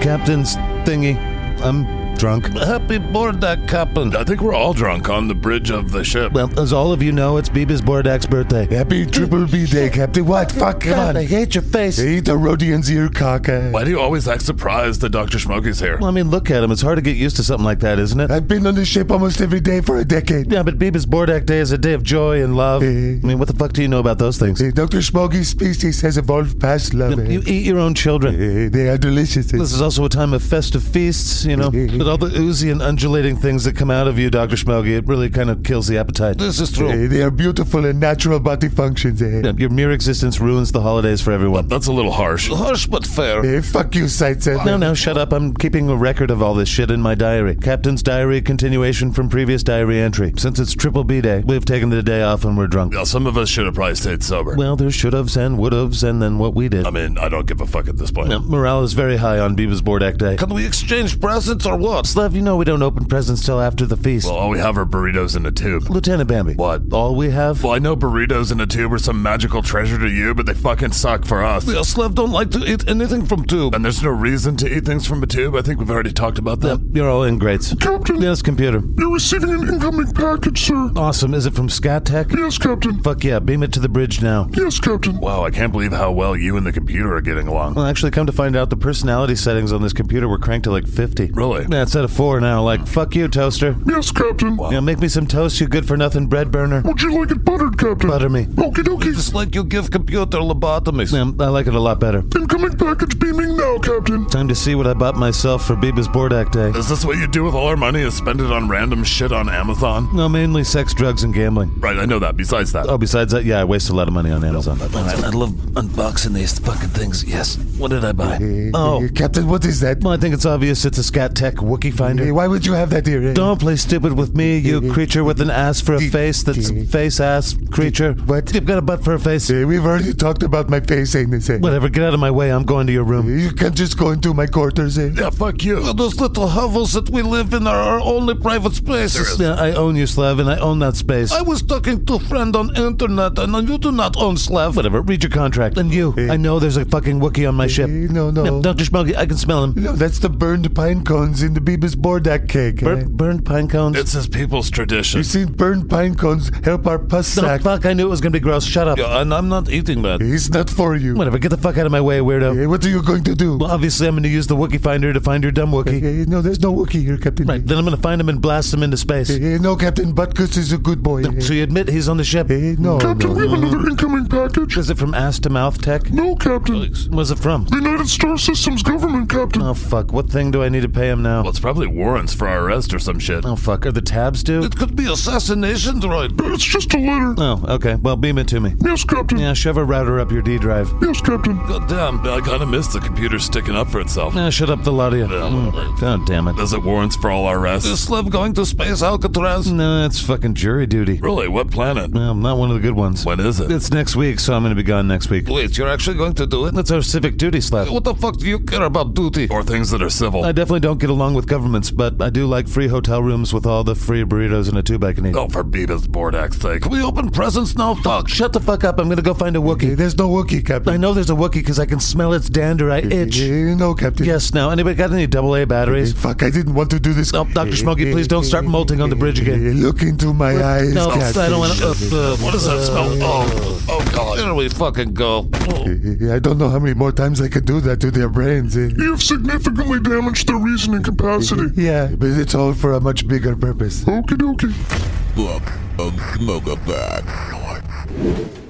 Speaker 11: Captain's thingy. I'm drunk. Happy Bordak, Captain.
Speaker 5: I think we're all drunk on the bridge of the ship.
Speaker 11: Well, as all of you know, it's Biba's Bordak's birthday. Happy Triple B Day, Captain. What? Fuck, come on. I hate your face. Hate the Rodian's ear cocker.
Speaker 5: Why do you always act surprised that Dr. Smokey's here?
Speaker 11: Well, I mean, look at him. It's hard to get used to something like that, isn't it? I've been on this ship almost every day for a decade. Yeah, but Biba's Bordak Day is a day of joy and love. I mean, what the fuck do you know about those things?
Speaker 10: Dr. Smoggy's Eh, species has evolved past love.
Speaker 11: You eat your own children.
Speaker 10: Eh, They are delicious.
Speaker 11: This is also a time of festive feasts, you know. But all the oozy and undulating things that come out of you, Dr. Smoggy, it really kind of kills the appetite. This is
Speaker 10: Eh, They are beautiful and natural body functions. eh.
Speaker 11: Your mere existence ruins the holidays for everyone.
Speaker 5: That's a little harsh.
Speaker 11: Harsh but fair.
Speaker 10: Eh, fuck you, Sight
Speaker 11: No, no, shut up. I'm keeping a record of all this shit in my diary. Captain's diary, continuation from previous diary entry. Since it's Triple B Day, we've taken the day off and we're drunk.
Speaker 5: Yeah, some of us should have probably stayed sober.
Speaker 11: Well, there should have's and would have's and then what we did.
Speaker 5: I mean, I don't give a fuck at this point.
Speaker 11: Now, morale is very high on Biba's Bordak Day.
Speaker 5: Can we exchange presents or what?
Speaker 11: Slav, you know we don't open presents till after the feast.
Speaker 5: Well, all we have are burritos in a tube.
Speaker 11: Lieutenant Bambi.
Speaker 5: What?
Speaker 11: All we have?
Speaker 5: Well, I know burritos in a tube are some magical treasure to you, but they fucking suck for us.
Speaker 11: Yeah, Slav don't like to eat anything from tube.
Speaker 5: And there's no reason to eat things from a tube. I think we've already talked about that.
Speaker 11: You're all ingrates.
Speaker 5: Captain.
Speaker 11: Yes, computer.
Speaker 5: You're receiving an incoming package, sir.
Speaker 11: Awesome. Is it from Scat Tech?
Speaker 5: Yes, Captain.
Speaker 11: Fuck yeah, beam it to the bridge now.
Speaker 5: Yes, Captain. Wow, I can't believe how well you and the computer are getting along.
Speaker 11: Well, actually, come to find out, the personality settings on this computer were cranked to like 50.
Speaker 5: Really?
Speaker 11: Yeah, it's at a 4 now. Like, fuck you, toaster.
Speaker 5: Yes, Captain. Wow.
Speaker 11: Yeah, make me some toast, you good for nothing bread burner.
Speaker 5: Would you like it buttered, Captain? Oh.
Speaker 11: Butter me.
Speaker 5: Okie dokie.
Speaker 11: like you give computer lobotomies. Yeah, I like it a lot better.
Speaker 5: Incoming package beaming now, Captain.
Speaker 11: Time to see what I bought myself for Biba's Bordak Day.
Speaker 5: Is this what you do with all our money is spend it on random shit on Amazon?
Speaker 11: No, mainly sex, drugs, and gambling.
Speaker 5: Right, I know that. Besides that.
Speaker 11: Oh, besides that, yeah, I waste a lot of money on Amazon.
Speaker 12: I love unboxing these fucking things. Yes. What did I buy?
Speaker 11: Oh.
Speaker 10: Eh, Captain, what is that?
Speaker 11: Well, I think it's obvious it's a Scat Tech Wookie
Speaker 10: Eh,
Speaker 11: Finder.
Speaker 10: Why would you have that here? eh?
Speaker 11: Don't play stupid with me, you creature with an ass for a face that's face ass creature.
Speaker 10: What?
Speaker 11: You've got a butt for a face.
Speaker 10: Eh, We've already talked about my face, ain't this? eh?
Speaker 11: Whatever, get out of my way. I'm going to your room.
Speaker 10: You can't just go into my quarters. eh?
Speaker 5: yeah, fuck you.
Speaker 11: Those little hovels that we live in are our only private spaces. Yeah, I own you, Slav, and I own that space. I was talking to a friend on internet, and you do not own Slav. Whatever, read your contract. And you, I know there's a fucking Wookiee on my ship.
Speaker 10: Eh, No,
Speaker 11: Yeah,
Speaker 10: no.
Speaker 11: Dr. Smoggy, I can smell him.
Speaker 10: No, that's the burned pine cones in the Beavis Bordak cake. eh?
Speaker 11: Bur- burned pine cones.
Speaker 5: It's his people's tradition.
Speaker 10: You see, burned pine cones help our pus
Speaker 11: No,
Speaker 10: sack.
Speaker 11: fuck, I knew it was gonna be gross. Shut up.
Speaker 5: and I'm not eating that.
Speaker 10: Eh, It's not for you.
Speaker 11: Whatever, get the fuck out of my way, weirdo.
Speaker 10: Eh, What are you going to do?
Speaker 11: Well, obviously, I'm gonna use the Wookiee finder to find your dumb Wookiee.
Speaker 10: Eh, No, there's no Wookiee here, Captain.
Speaker 11: Right, then I'm gonna find him and blast him into space.
Speaker 10: Eh, No, Captain Butkus is a good boy.
Speaker 11: So you admit he's on the ship?
Speaker 10: Eh, No,
Speaker 5: Captain, we have another incoming package.
Speaker 11: Is it from ass to mouth tech?
Speaker 5: No, Captain.
Speaker 11: Where's it from?
Speaker 5: The United Star Systems government, Captain.
Speaker 11: Oh fuck! What thing do I need to pay him now?
Speaker 5: Well, it's probably warrants for our arrest or some shit.
Speaker 11: Oh fuck! Are the tabs due?
Speaker 5: could be assassination droid. It's just a letter.
Speaker 11: Oh, okay. Well, beam it to me.
Speaker 5: Yes, Captain.
Speaker 11: Yeah, shove a router up your D drive.
Speaker 5: Yes, Captain. God damn, I kind of missed the computer sticking up for itself.
Speaker 11: Now shut up the lot of you. Mm. Oh damn it!
Speaker 5: Does it warrants for all our arrests? This love going to space Alcatraz?
Speaker 11: No, that's fucking jury duty.
Speaker 5: Really, what planet?
Speaker 11: Well, I'm not one of the good ones.
Speaker 5: When is it?
Speaker 11: It's next week, so I'm gonna be gone next week.
Speaker 5: Wait, you're actually going to do it?
Speaker 11: That's our civic duty slap.
Speaker 5: What the fuck do you care about duty? Or things that are civil.
Speaker 11: I definitely don't get along with governments, but I do like free hotel rooms with all the free burritos and a tube I can eat.
Speaker 5: Oh, for Beavis Bordak's sake. Can we open presents now? Fuck.
Speaker 11: Shut the fuck up! I'm gonna go find a Wookiee.
Speaker 10: there's no Wookiee, Captain.
Speaker 11: I know there's a Wookiee because I can smell its dander. I itch.
Speaker 10: Eh, No, Captain. Eh,
Speaker 11: Yes. Now, anybody got any double A batteries?
Speaker 10: Fuck, I didn't want to do this.
Speaker 11: Oh, Dr. Smoggy, please don't start molting on the bridge again.
Speaker 10: Eh, Look into my eyes,
Speaker 11: No,
Speaker 10: Captain.
Speaker 11: I don't want to. Uh, uh,
Speaker 5: What does that smell? Oh, oh god. There we fucking go.
Speaker 10: Eh, I don't know how many more times I can do that to their brains. eh.
Speaker 5: You've significantly damaged their reasoning capacity.
Speaker 10: Yeah, but it's all for a much bigger
Speaker 2: Oh,
Speaker 10: purpose.
Speaker 5: Okie dokie.
Speaker 13: Book of Smogaback.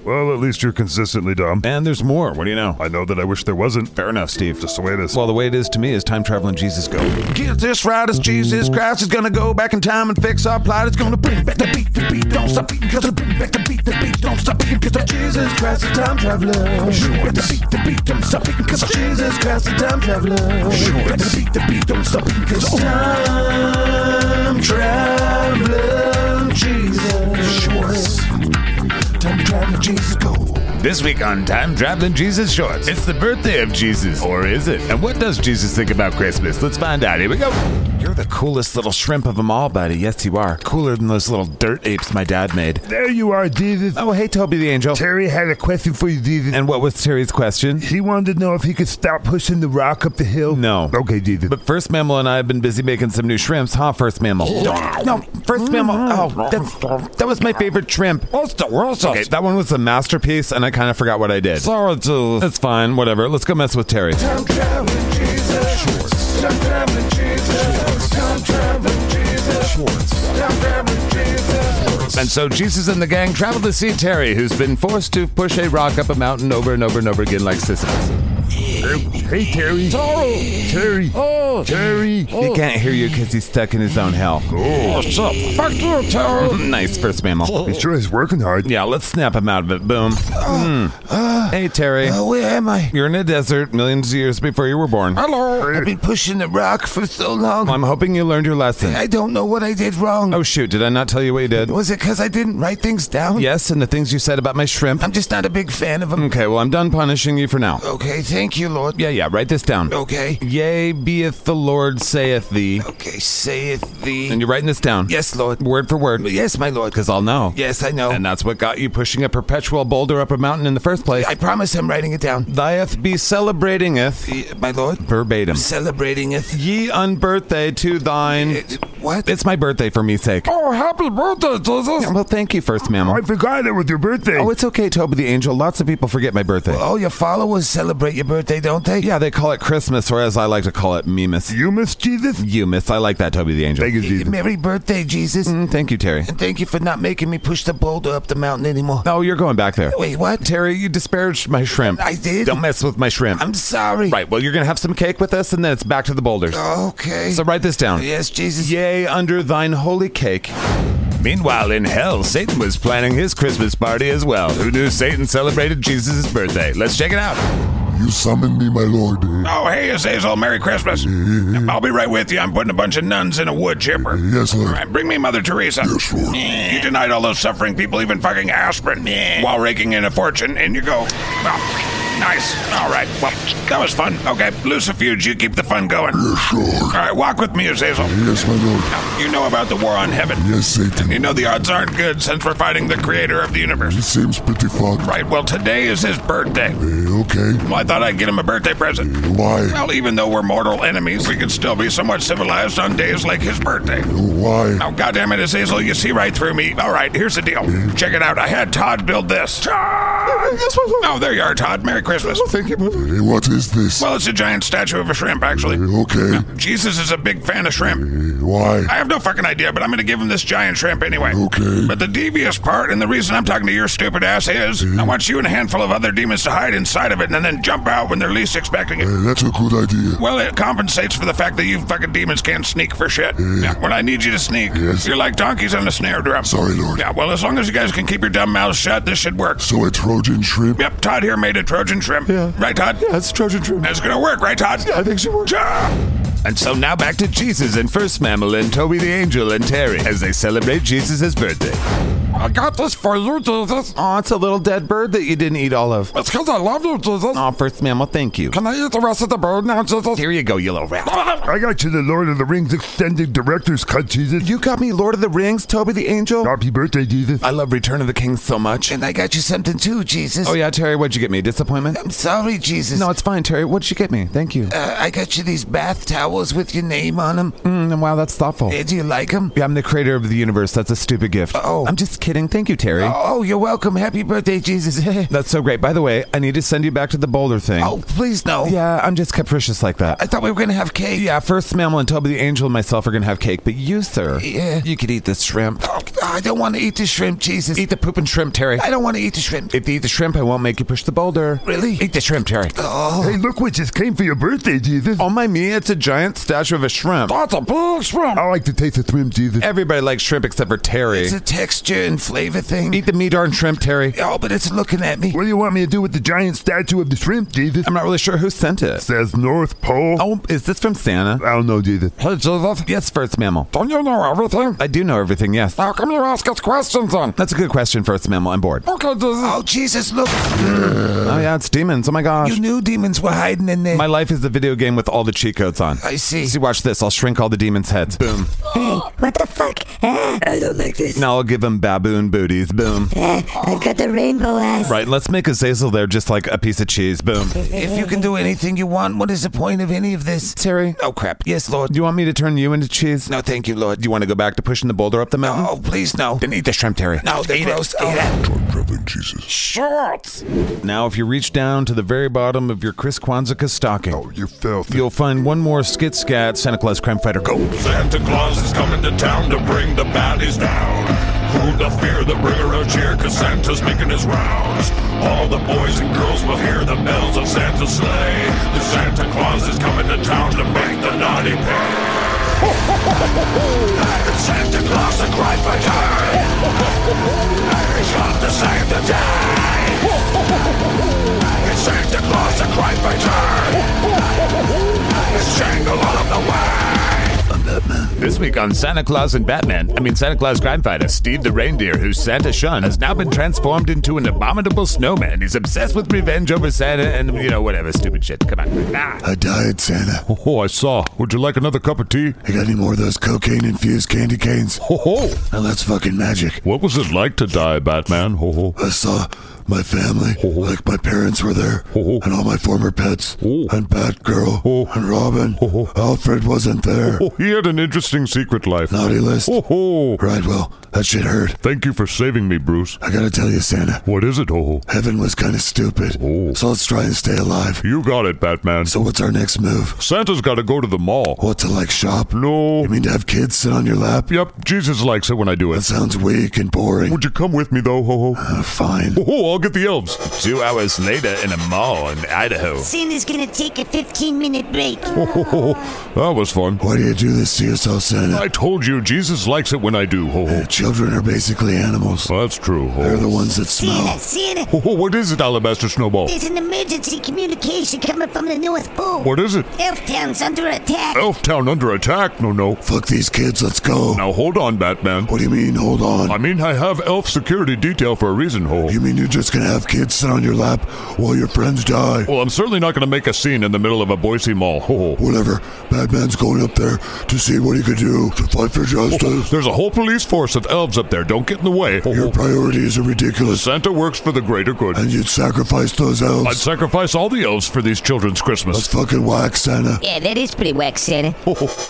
Speaker 2: Well, at least you're consistently dumb.
Speaker 1: And there's more. What do you know?
Speaker 2: I know that I wish there wasn't.
Speaker 1: Fair enough, Steve.
Speaker 2: Just the way it is.
Speaker 1: Well, the way it is to me is time traveling Jesus go.
Speaker 5: Get this right as Jesus Christ is gonna go back in time and fix our plight. It's gonna bring back the beat, the beat, don't stop beating, cause it'll bring back the beat, the beat, don't stop beating, cause I'm Jesus Christ, the time traveler. Shoot back the beat, the beat, don't stop beating, cause I'm Jesus Christ, the time traveler. Shoot back the beat, the beat, don't stop beating, cause I'm time traveling Jesus. Time traveling Jesus go.
Speaker 11: This week on Time Traveling Jesus Shorts, it's the birthday of Jesus. Or is it? And what does Jesus think about Christmas? Let's find out. Here we go.
Speaker 1: You're the coolest little shrimp of them all, buddy. Yes, you are. Cooler than those little dirt apes my dad made.
Speaker 14: There you are, Jesus.
Speaker 1: Oh, hey, Toby the Angel.
Speaker 14: Terry had a question for you, Jesus.
Speaker 1: And what was Terry's question?
Speaker 14: He wanted to know if he could stop pushing the rock up the hill.
Speaker 1: No.
Speaker 14: Okay, Jesus.
Speaker 1: But First Mammal and I have been busy making some new shrimps, huh, First Mammal? No, First Mammal.
Speaker 11: Mm-hmm.
Speaker 1: Oh, that's, that was my favorite shrimp. Okay, that one was a masterpiece, and I kind of forgot what I did. Sorry, Jules. It's fine, whatever. Let's go mess with Terry.
Speaker 5: Time traveling Jesus. Schwartz. Time traveling Jesus. Time traveling Jesus. Schwartz. Time traveling Jesus.
Speaker 11: And so Jesus and the gang travel to see Terry, who's been forced to push a rock up a mountain over and over and over again like Sisyphus.
Speaker 14: Hey, Terry. Terry.
Speaker 1: Oh,
Speaker 14: Terry.
Speaker 1: He can't hear you because he's stuck in his own hell.
Speaker 11: Oh,
Speaker 5: What's up? Fuck you, Terry.
Speaker 1: nice, First Mammal.
Speaker 14: He sure is working hard.
Speaker 1: Yeah, let's snap him out of it. Boom. Mm. Hey, Terry.
Speaker 14: Uh, Where am I?
Speaker 1: You're in a desert millions of years before you were born.
Speaker 5: Hello.
Speaker 14: I've been pushing the rock for so long.
Speaker 1: I'm hoping you learned your lesson.
Speaker 14: I don't know what I did wrong.
Speaker 1: Oh, shoot. Did I not tell you what you did?
Speaker 14: Was it because I didn't write things down?
Speaker 1: Yes, and the things you said about my shrimp.
Speaker 14: I'm just not a big fan of them.
Speaker 1: Okay, well, I'm done punishing you for now.
Speaker 14: Okay, thank you, Lord.
Speaker 1: Yeah, yeah, write this down.
Speaker 14: Okay.
Speaker 1: Yea, beeth the Lord saith thee.
Speaker 14: Okay, saith thee.
Speaker 1: And you're writing this down.
Speaker 14: Yes, Lord.
Speaker 1: Word for word.
Speaker 14: Yes, my Lord.
Speaker 1: Because I'll know.
Speaker 14: Yes, I know.
Speaker 1: And that's what got you pushing a perpetual boulder up a mountain in the first place.
Speaker 14: I promise I'm writing it down.
Speaker 1: Thieth be celebratingeth
Speaker 14: Y- My Lord,
Speaker 1: verbatim.
Speaker 14: celebrating it.
Speaker 1: Ye unbirthday to thine.
Speaker 14: It- What?
Speaker 1: It's my birthday for me's sake.
Speaker 5: Oh, happy birthday, Jesus.
Speaker 1: Well, thank you, First Mammal.
Speaker 2: I forgot it was your birthday.
Speaker 1: Oh, it's okay, Toby the Angel. Lots of people forget my birthday.
Speaker 14: All your followers celebrate your birthday, don't they?
Speaker 1: Yeah, they call it Christmas, or as I like to call it, Memus.
Speaker 2: you miss Jesus?
Speaker 1: Eumus. I like that, Toby the Angel.
Speaker 2: Thank you, Jesus.
Speaker 14: Merry birthday, Jesus.
Speaker 1: Mm, thank you, Terry.
Speaker 14: And thank you for not making me push the boulder up the mountain anymore.
Speaker 1: Oh, you're going back there.
Speaker 14: Wait, what?
Speaker 1: Terry, you disparaged my shrimp.
Speaker 14: I did?
Speaker 1: Don't mess with my shrimp.
Speaker 14: I'm sorry.
Speaker 1: Right, well, you're going to have some cake with us, and then it's back to the boulders.
Speaker 5: Oh.
Speaker 14: Okay.
Speaker 1: So write this down.
Speaker 14: Yes, Jesus.
Speaker 1: Yea, under thine holy cake.
Speaker 11: Meanwhile, in hell, Satan was planning his Christmas party as well. Who knew Satan celebrated Jesus' birthday? Let's check it out.
Speaker 2: You summoned me, my lord.
Speaker 5: Oh, hey, Azazel, Merry Christmas.
Speaker 2: Mm-hmm.
Speaker 5: I'll be right with you. I'm putting a bunch of nuns in a wood chipper.
Speaker 2: Yes,
Speaker 5: All
Speaker 2: Lord.
Speaker 5: right, bring me Mother Teresa.
Speaker 2: Mm-hmm. Yes, Lord.
Speaker 5: You denied all those suffering people even fucking aspirin while raking in a fortune, and you go, well, nice. All right, well, that was fun. Okay, Lucifuge, you keep the fun going.
Speaker 2: Yes,
Speaker 5: All
Speaker 2: Lord.
Speaker 5: right, walk with me, Azazel.
Speaker 2: Yes, my lord.
Speaker 5: You know about the war on heaven.
Speaker 2: Yes, Satan.
Speaker 5: You know the odds aren't good since we're fighting the creator of the universe.
Speaker 2: It seems pretty fucked.
Speaker 5: Right, well, today is his birthday.
Speaker 2: Eh, okay.
Speaker 5: Well, I thought I'd get him a birthday present.
Speaker 2: Why?
Speaker 5: Well, even though we're mortal enemies, we can still be somewhat civilized on days like his birthday.
Speaker 2: Why?
Speaker 5: Oh, goddamn it, Azazel, you see right through me. All right, here's the deal. Check it out. I had Todd build this. Oh, there you are, Todd. Merry Christmas.
Speaker 2: Thank you, brother. Eh, What is this?
Speaker 5: Well, it's a giant statue of a shrimp,
Speaker 14: Mm-hmm.
Speaker 5: actually.
Speaker 2: Eh, Okay.
Speaker 5: Jesus is a big fan of shrimp.
Speaker 2: Eh, Why?
Speaker 5: I have no fucking idea, but I'm gonna give him this giant shrimp anyway.
Speaker 2: Okay.
Speaker 5: But the devious part, and the reason I'm talking to your stupid ass is,
Speaker 14: Mm-hmm.
Speaker 5: I want you and a handful of other demons to hide inside of it and then jump out when they're least expecting it.
Speaker 2: Eh, That's a good idea.
Speaker 5: Well, it compensates for the fact that you fucking demons can't sneak for shit. Yeah, when I need you to sneak,
Speaker 2: Yes.
Speaker 5: you're like donkeys on a snare drum.
Speaker 2: Sorry, Lord.
Speaker 5: Yeah, well, as long as you guys can keep your dumb mouths shut, this should work.
Speaker 2: So a Trojan shrimp?
Speaker 5: Yep, Todd here made a Trojan shrimp.
Speaker 10: Yeah.
Speaker 5: Right, Todd?
Speaker 10: Yeah, it's Trojan shrimp.
Speaker 5: That's gonna work, right, Todd?
Speaker 10: I think she works.
Speaker 5: Yeah.
Speaker 11: And so now back to Jesus and First Mammal and Toby the Angel and Terry as they celebrate Jesus' birthday.
Speaker 5: I got this for you, Jesus.
Speaker 1: Aw, it's a little dead bird that you didn't eat all of.
Speaker 5: It's because I love you, Jesus.
Speaker 1: Aw, First Mammal, thank you.
Speaker 5: Can I eat the rest of the bird now, Jesus?
Speaker 11: Here you go, you little rat.
Speaker 2: I got you the Lord of the Rings extended director's cut, Jesus.
Speaker 1: You got me Lord of the Rings, Toby the Angel.
Speaker 2: Happy birthday, Jesus.
Speaker 1: I love Return of the King so much.
Speaker 14: And I got you something too, Jesus.
Speaker 1: Oh, yeah, Terry, what'd you get me? Disappointment?
Speaker 14: I'm sorry, Jesus.
Speaker 1: No, it's fine, Terry. What'd you get me? Thank you.
Speaker 14: Uh, I got you these bath towels with your name on them.
Speaker 1: Mm, wow, that's thoughtful.
Speaker 14: do you like them?
Speaker 1: Yeah, I'm the creator of the universe. That's a stupid gift.
Speaker 14: Oh.
Speaker 1: I'm just kidding. Thank you, Terry.
Speaker 14: Oh, you're welcome. Happy birthday, Jesus.
Speaker 1: That's so great. By the way, I need to send you back to the boulder thing.
Speaker 14: oh, please no.
Speaker 1: Yeah, I'm just capricious like that.
Speaker 14: I thought we were going to have cake.
Speaker 1: yeah, first mammal and Toby the Angel and myself are gonna have cake, but you, sir,
Speaker 14: Yeah.
Speaker 1: you could eat this shrimp.
Speaker 5: Oh,
Speaker 1: I don't want to eat the shrimp, Jesus. Eat the poop and shrimp, Terry. I don't want to eat the shrimp. If you eat the shrimp, I won't make you push the boulder. Really? Eat the shrimp, Terry.
Speaker 15: Hey, look what just came for your birthday, Jesus.
Speaker 1: On my me, it's a giant stash of a shrimp. Oh,
Speaker 5: That's a big shrimp.
Speaker 15: I like to taste the shrimp, Jesus.
Speaker 1: Everybody likes shrimp except for Terry.
Speaker 5: It's a texture and flavor thing.
Speaker 1: Eat the me darn shrimp, Terry.
Speaker 5: Oh, but it's looking at me.
Speaker 15: What do you want me to do with the giant statue of the shrimp, Jesus?
Speaker 1: I'm not really sure who sent it.
Speaker 15: Says North Pole.
Speaker 1: Oh, is this from Santa?
Speaker 15: I don't know, Jesus.
Speaker 1: Hey, Jesus. Yes, First Mammal.
Speaker 5: Don't you know everything?
Speaker 1: I do know everything, yes.
Speaker 5: How come you ask us questions then?
Speaker 1: That's a good question, First Mammal. I'm bored.
Speaker 5: Okay, Jesus. Oh, Jesus, look.
Speaker 1: Oh, yeah, it's demons. Oh, my gosh.
Speaker 5: You knew demons were hiding in there.
Speaker 1: My life is the video game with all the cheat codes on.
Speaker 5: I see.
Speaker 1: See, watch this. I'll shrink all the demons' heads. Boom.
Speaker 4: Hey, what the fuck? Ah, I don't like this.
Speaker 1: Now I'll give them baboon booties. Boom.
Speaker 4: Ah, I've got the rainbow ass.
Speaker 1: Right, let's make a zazel there just like a piece of cheese. Boom.
Speaker 5: If you can do anything you want, what is the point of any of this?
Speaker 1: Terry,
Speaker 5: Oh, crap. Yes, Lord.
Speaker 1: do you want me to turn you into cheese?
Speaker 5: No, thank you, Lord.
Speaker 1: Do you want to go back to pushing the boulder up the mountain?
Speaker 5: Oh, please, no.
Speaker 1: Then eat the shrimp, Terry.
Speaker 5: No, they're gross. Oh,
Speaker 2: Reverend Jesus.
Speaker 5: shorts.
Speaker 1: Now, if you reach down to the very bottom of your Chris Kwanzaa stocking,
Speaker 15: Oh, you filthy.
Speaker 1: you'll find one more skit scat Santa Claus crime fighter. Go.
Speaker 2: Santa Claus is coming to town to bring the baddies down. Who the fear, the bringer of cheer, cause Santa's making his rounds. All the boys and girls will hear the bells of Santa's sleigh. The Santa Claus is coming to town to make the naughty pay.
Speaker 16: Hey, it's Santa Claus, the cry for joy. Hey, He's come to save the day. Hey, It's Santa Claus, the cry for joy. Hey, It's jingle all the way.
Speaker 17: This week on Santa Claus and Batman, I mean Santa Claus crime fighter, Steve the reindeer, who Santa shunned, has now been transformed into an abominable snowman. He's obsessed with revenge over Santa and you know whatever stupid shit. Come on, ah.
Speaker 10: I died, Santa.
Speaker 1: Oh, I saw. Would you like another cup of tea? Oh,
Speaker 10: I got any more of those cocaine infused candy canes?
Speaker 1: Ho ho.
Speaker 10: Now that's fucking magic.
Speaker 2: What was it like to die, Batman?
Speaker 1: Oh,
Speaker 2: Ho ho.
Speaker 10: I saw my family, like my parents were there,
Speaker 1: Oh,
Speaker 10: and all my former pets, and Batgirl, and Robin.
Speaker 1: Oh,
Speaker 10: Alfred wasn't there.
Speaker 2: Oh, he had an interesting secret life.
Speaker 10: Naughty list.
Speaker 1: Oh.
Speaker 2: Ho ho.
Speaker 10: Right, well, that shit hurt.
Speaker 2: Thank you for saving me, Bruce.
Speaker 10: I gotta tell you, Santa,
Speaker 2: What is it, ho ho?
Speaker 10: heaven was kinda stupid.
Speaker 2: Oh.
Speaker 10: So let's try and stay alive.
Speaker 2: You got it, Batman.
Speaker 10: So what's our next move?
Speaker 2: Santa's gotta go to the mall.
Speaker 10: What to like shop?
Speaker 2: No.
Speaker 10: You mean to have kids sit on your lap?
Speaker 2: Yep, Jesus likes it when I do
Speaker 10: That
Speaker 2: it.
Speaker 10: sounds weak and boring.
Speaker 2: Would you come with me, though, ho ho?
Speaker 10: Uh, fine.
Speaker 2: Ho ho, I'll get the elves.
Speaker 17: Two hours later in a mall in Idaho.
Speaker 4: Santa's gonna take a 15 minute break.
Speaker 2: Ho ho ho. ho. That was fun.
Speaker 10: Why do you do this to yourself, Santa?
Speaker 2: I told you, Jesus likes it when I do, ho ho.
Speaker 10: Uh, Children are basically animals.
Speaker 2: That's true, ho
Speaker 10: They're the
Speaker 2: ho.
Speaker 10: ones that
Speaker 4: Santa,
Speaker 10: smell.
Speaker 4: Santa,
Speaker 2: Ho ho, what is it, Alabaster Snowball?
Speaker 4: there's an emergency communication coming from the North Pole.
Speaker 2: What is it?
Speaker 4: Elf Town's under attack.
Speaker 2: Elf Town under attack? No, no.
Speaker 10: Fuck these kids, let's go.
Speaker 2: Now hold on, Batman.
Speaker 10: What do you mean, hold on?
Speaker 2: I mean, I have elf security detail for a reason, ho.
Speaker 10: You mean you're just gonna have kids sit on your lap while your friends die?
Speaker 2: Well, I'm certainly not going to make a scene in the middle of a Boise mall, ho ho.
Speaker 10: Whatever. Batman's going up there to see what he could do to fight for justice.
Speaker 2: There's a whole police force of elves up there. Don't get in the way. Ho,
Speaker 10: Your
Speaker 2: ho.
Speaker 10: priorities are ridiculous,
Speaker 2: Santa works for the greater good.
Speaker 10: and you'd sacrifice those
Speaker 2: I'd
Speaker 10: elves.
Speaker 2: sacrifice all the elves for these children's
Speaker 10: That's
Speaker 2: Christmas.
Speaker 10: fucking whack, Santa.
Speaker 4: Yeah, that is pretty whack, Santa.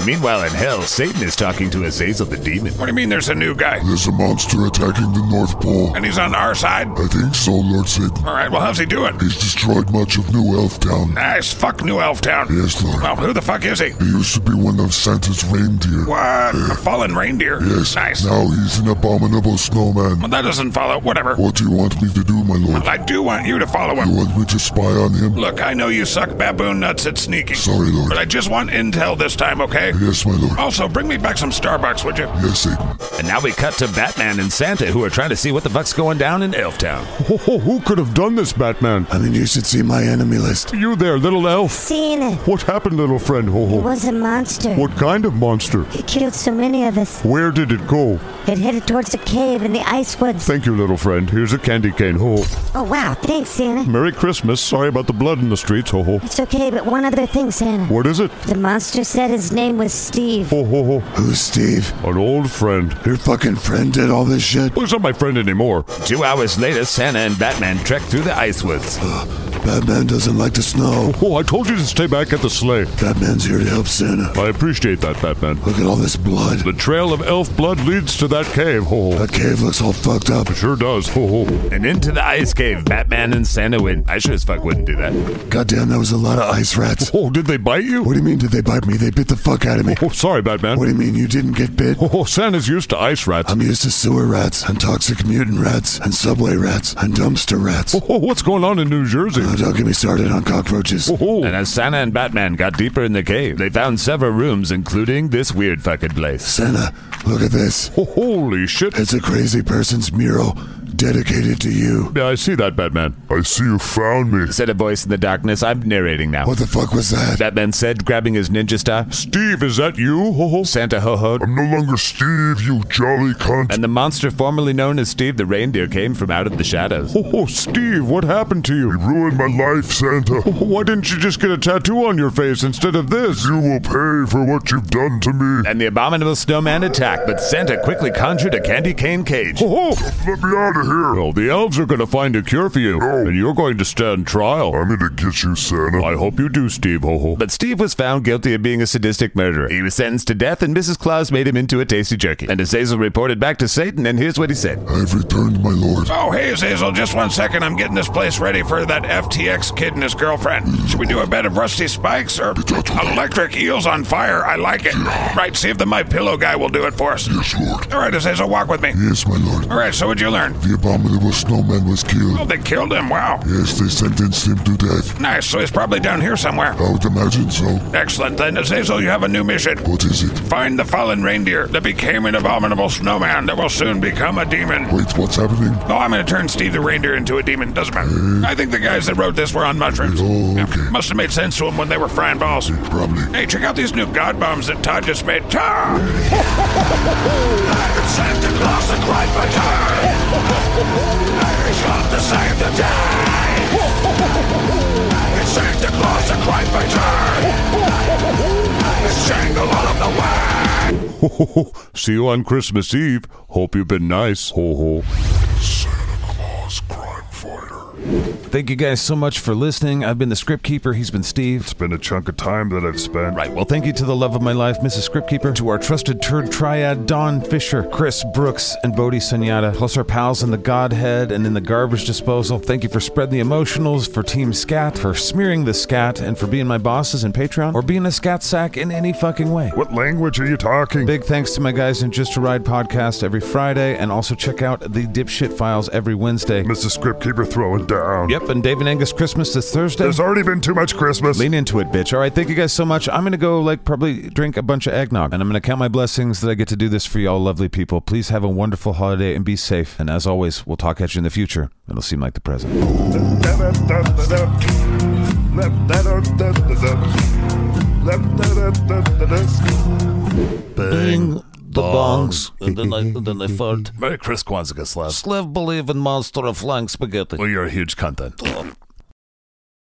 Speaker 17: Meanwhile, in hell, Satan is talking to Azazel the demon.
Speaker 5: What do you mean there's a new guy?
Speaker 15: There's a monster attacking the North Pole.
Speaker 5: And he's on our side?
Speaker 15: I think so, Lord Satan.
Speaker 5: All right, well, how's he doing?
Speaker 15: He's destroyed much of New Elf Town.
Speaker 5: Nice. Fuck New Elf Town.
Speaker 15: Yes, Lord.
Speaker 5: Well, who the fuck is he?
Speaker 15: He used to be one of Santa's reindeer.
Speaker 5: What? A fallen reindeer?
Speaker 15: Yes.
Speaker 5: Nice.
Speaker 15: Now he's an abominable snowman.
Speaker 5: Well, that doesn't follow. Whatever.
Speaker 15: What do you want me to do, my lord?
Speaker 5: I do want you to follow
Speaker 15: You
Speaker 5: him.
Speaker 15: want me to spy on him?
Speaker 5: Look, I know you suck baboon nuts at sneaking.
Speaker 15: Sorry, Lord.
Speaker 5: But I just want intel this time, okay?
Speaker 15: Yes, my lord.
Speaker 5: Also, bring me back some Starbucks, would you?
Speaker 15: Yes, Satan.
Speaker 17: And now we cut to Batman and Santa, who are trying to see what the fuck's going down in Elf Town.
Speaker 2: Ho ho, who could have done this, Batman?
Speaker 10: I mean, you should see my enemy list.
Speaker 2: You there, little elf.
Speaker 4: Santa,
Speaker 2: What happened, little friend, ho
Speaker 4: it
Speaker 2: ho?
Speaker 4: was a monster.
Speaker 2: What kind of monster?
Speaker 4: It killed so many of us.
Speaker 2: Where did it go?
Speaker 4: It headed towards the cave in the ice woods.
Speaker 2: Thank you, little friend. Here's a candy cane, ho. ho.
Speaker 4: Oh, wow. Thanks, Santa.
Speaker 2: Merry Christmas. Sorry about the blood in the streets, ho ho.
Speaker 4: It's okay, but one other thing, Santa.
Speaker 2: What is it?
Speaker 4: The monster said his name was Steve.
Speaker 2: Ho ho ho.
Speaker 10: Who's Steve?
Speaker 2: An old friend. Oh,
Speaker 10: Your fucking friend did all this shit?
Speaker 2: Well, he's not my friend anymore.
Speaker 17: Two hours later, Santa and Batman trek through the ice woods.
Speaker 10: Uh, Batman doesn't like the snow.
Speaker 2: Oh, I told you to stay back at the sleigh.
Speaker 10: Batman's here to help Santa.
Speaker 2: I appreciate that, Batman.
Speaker 10: Look at all this blood.
Speaker 2: The trail of elf blood leads to that cave. Oh,
Speaker 10: that cave looks all fucked up.
Speaker 2: It sure does. Oh, oh.
Speaker 1: And into the ice cave, Batman and Santa went. I sure as fuck wouldn't do that.
Speaker 10: Goddamn, that was a lot of ice rats.
Speaker 2: Oh, did they bite you?
Speaker 10: What do you mean, did they bite me? They bit the fuck out of me.
Speaker 2: Oh, sorry, Batman.
Speaker 10: What do you mean, you didn't get bit?
Speaker 2: Oh, Santa's used to ice rats.
Speaker 10: I'm used to sewer rats and toxic mutant rats and subway rats and dumpster rats.
Speaker 2: Oh, what's going on in New Jersey?
Speaker 10: Oh, don't get me started on cockroaches.
Speaker 2: Oh,
Speaker 1: And as Santa and Batman got deeper in the cave, they found several rooms, including this weird fucking place.
Speaker 10: Santa, look at this.
Speaker 2: Oh, holy shit.
Speaker 10: It's a crazy person's mural dedicated to you.
Speaker 2: Yeah, I see that, Batman.
Speaker 18: I see you found me.
Speaker 1: Said a voice in the darkness. I'm narrating now.
Speaker 10: What the fuck was that?
Speaker 1: Batman said, grabbing his ninja star.
Speaker 2: Steve, is that you? Oh, Ho ho.
Speaker 1: Santa ho ho.
Speaker 18: I'm no longer Steve, you jolly cunt.
Speaker 1: And the monster formerly known as Steve the reindeer came from out of the shadows.
Speaker 2: Ho ho, Oh, Steve, what happened to
Speaker 18: You
Speaker 2: you? Oh,
Speaker 18: ruined my life, Santa.
Speaker 2: Why didn't you just get a tattoo on your face instead of this?
Speaker 18: You will pay for what you've done to me.
Speaker 1: And the abominable snowman attacked, but Santa quickly conjured a candy cane cage.
Speaker 2: Ho ho.
Speaker 18: Let me out of here.
Speaker 2: Oh. Well, the elves are going to find a cure for you,
Speaker 18: No.
Speaker 2: and you're going to stand trial.
Speaker 18: I'm gonna get you, Santa.
Speaker 2: I hope you do, Steve. Ho ho.
Speaker 1: But Steve was found guilty of being a sadistic murderer. He was sentenced to death, and Mrs. Claus made him into a tasty jerky. And Azazel reported back to Satan, and here's what he said.
Speaker 10: I've returned, my lord.
Speaker 5: Oh, hey, Azazel, just one second. I'm getting this place ready for that FTX kid and his girlfriend. Should we do a bed of rusty spikes or electric eels on fire? I like it. Right, see if the My Pillow guy will do it for us.
Speaker 10: Yes, lord.
Speaker 5: All right, Azazel, walk with me.
Speaker 10: Yes, my lord.
Speaker 5: All right, so what'd you learn?
Speaker 10: The abominable snowman was
Speaker 5: Oh,
Speaker 10: killed.
Speaker 5: they killed him. Wow.
Speaker 10: Yes, they sentenced him to death.
Speaker 5: Nice, so he's probably down here somewhere.
Speaker 10: I would imagine so.
Speaker 5: Excellent. Then, Azazel, you have a new mission.
Speaker 10: What is it?
Speaker 5: Find the fallen reindeer that became an abominable snowman that will soon become a demon.
Speaker 10: Wait, what's happening?
Speaker 5: Oh, I'm gonna turn Steve the reindeer into a demon. Doesn't matter. I think the guys that wrote this were on mushrooms.
Speaker 10: Oh, okay.
Speaker 5: Must have made sense to them when they were frying balls.
Speaker 10: Probably.
Speaker 5: Hey, check out these new god bombs that Todd just made. Todd!
Speaker 19: It's Santa Claus that cried for time. He's come to save the day. It's Santa Claus that cried for time. It's jingle all of the way.
Speaker 2: Ho ho ho. See you on Christmas Eve. Hope you've been nice. Ho ho.
Speaker 18: Santa Claus, crime fighter.
Speaker 1: Thank you guys so much for listening. I've been the script keeper. He's been Steve.
Speaker 18: Been a chunk of time that I've spent.
Speaker 1: Right. Well, thank you to the love of my life, Mrs. Scriptkeeper, to our trusted turd triad, Don Fisher, Chris Brooks, and Bodhi Sunyata, plus our pals in the Godhead and in the garbage disposal. Thank you for spreading the emotionals, for Team Scat, for smearing the scat, and for being my bosses in Patreon, or being a scat sack in any fucking way.
Speaker 18: What language are you talking?
Speaker 1: Big thanks to my guys in Just to Ride podcast every Friday, and also check out the Dipshit Files every Wednesday.
Speaker 18: Mrs. Scriptkeeper throwing down.
Speaker 1: Yep, and Dave and Angus Christmas this Thursday.
Speaker 18: There's already been too much Christmas.
Speaker 1: Lean into it, bitch. All right, thank you guys so much. I'm gonna go like probably drink a bunch of eggnog, and I'm gonna count my blessings that I get to do this for y'all, lovely people. Please have a wonderful holiday and be safe. And as always, we'll talk at you in the future. It'll seem like the present.
Speaker 11: Bing, the bongs, and then I, and then I fart.
Speaker 1: Merry Chris Kwanzaa, Slav.
Speaker 11: Slav believe in monster of flying spaghetti.
Speaker 1: Well, you're a huge cunt then.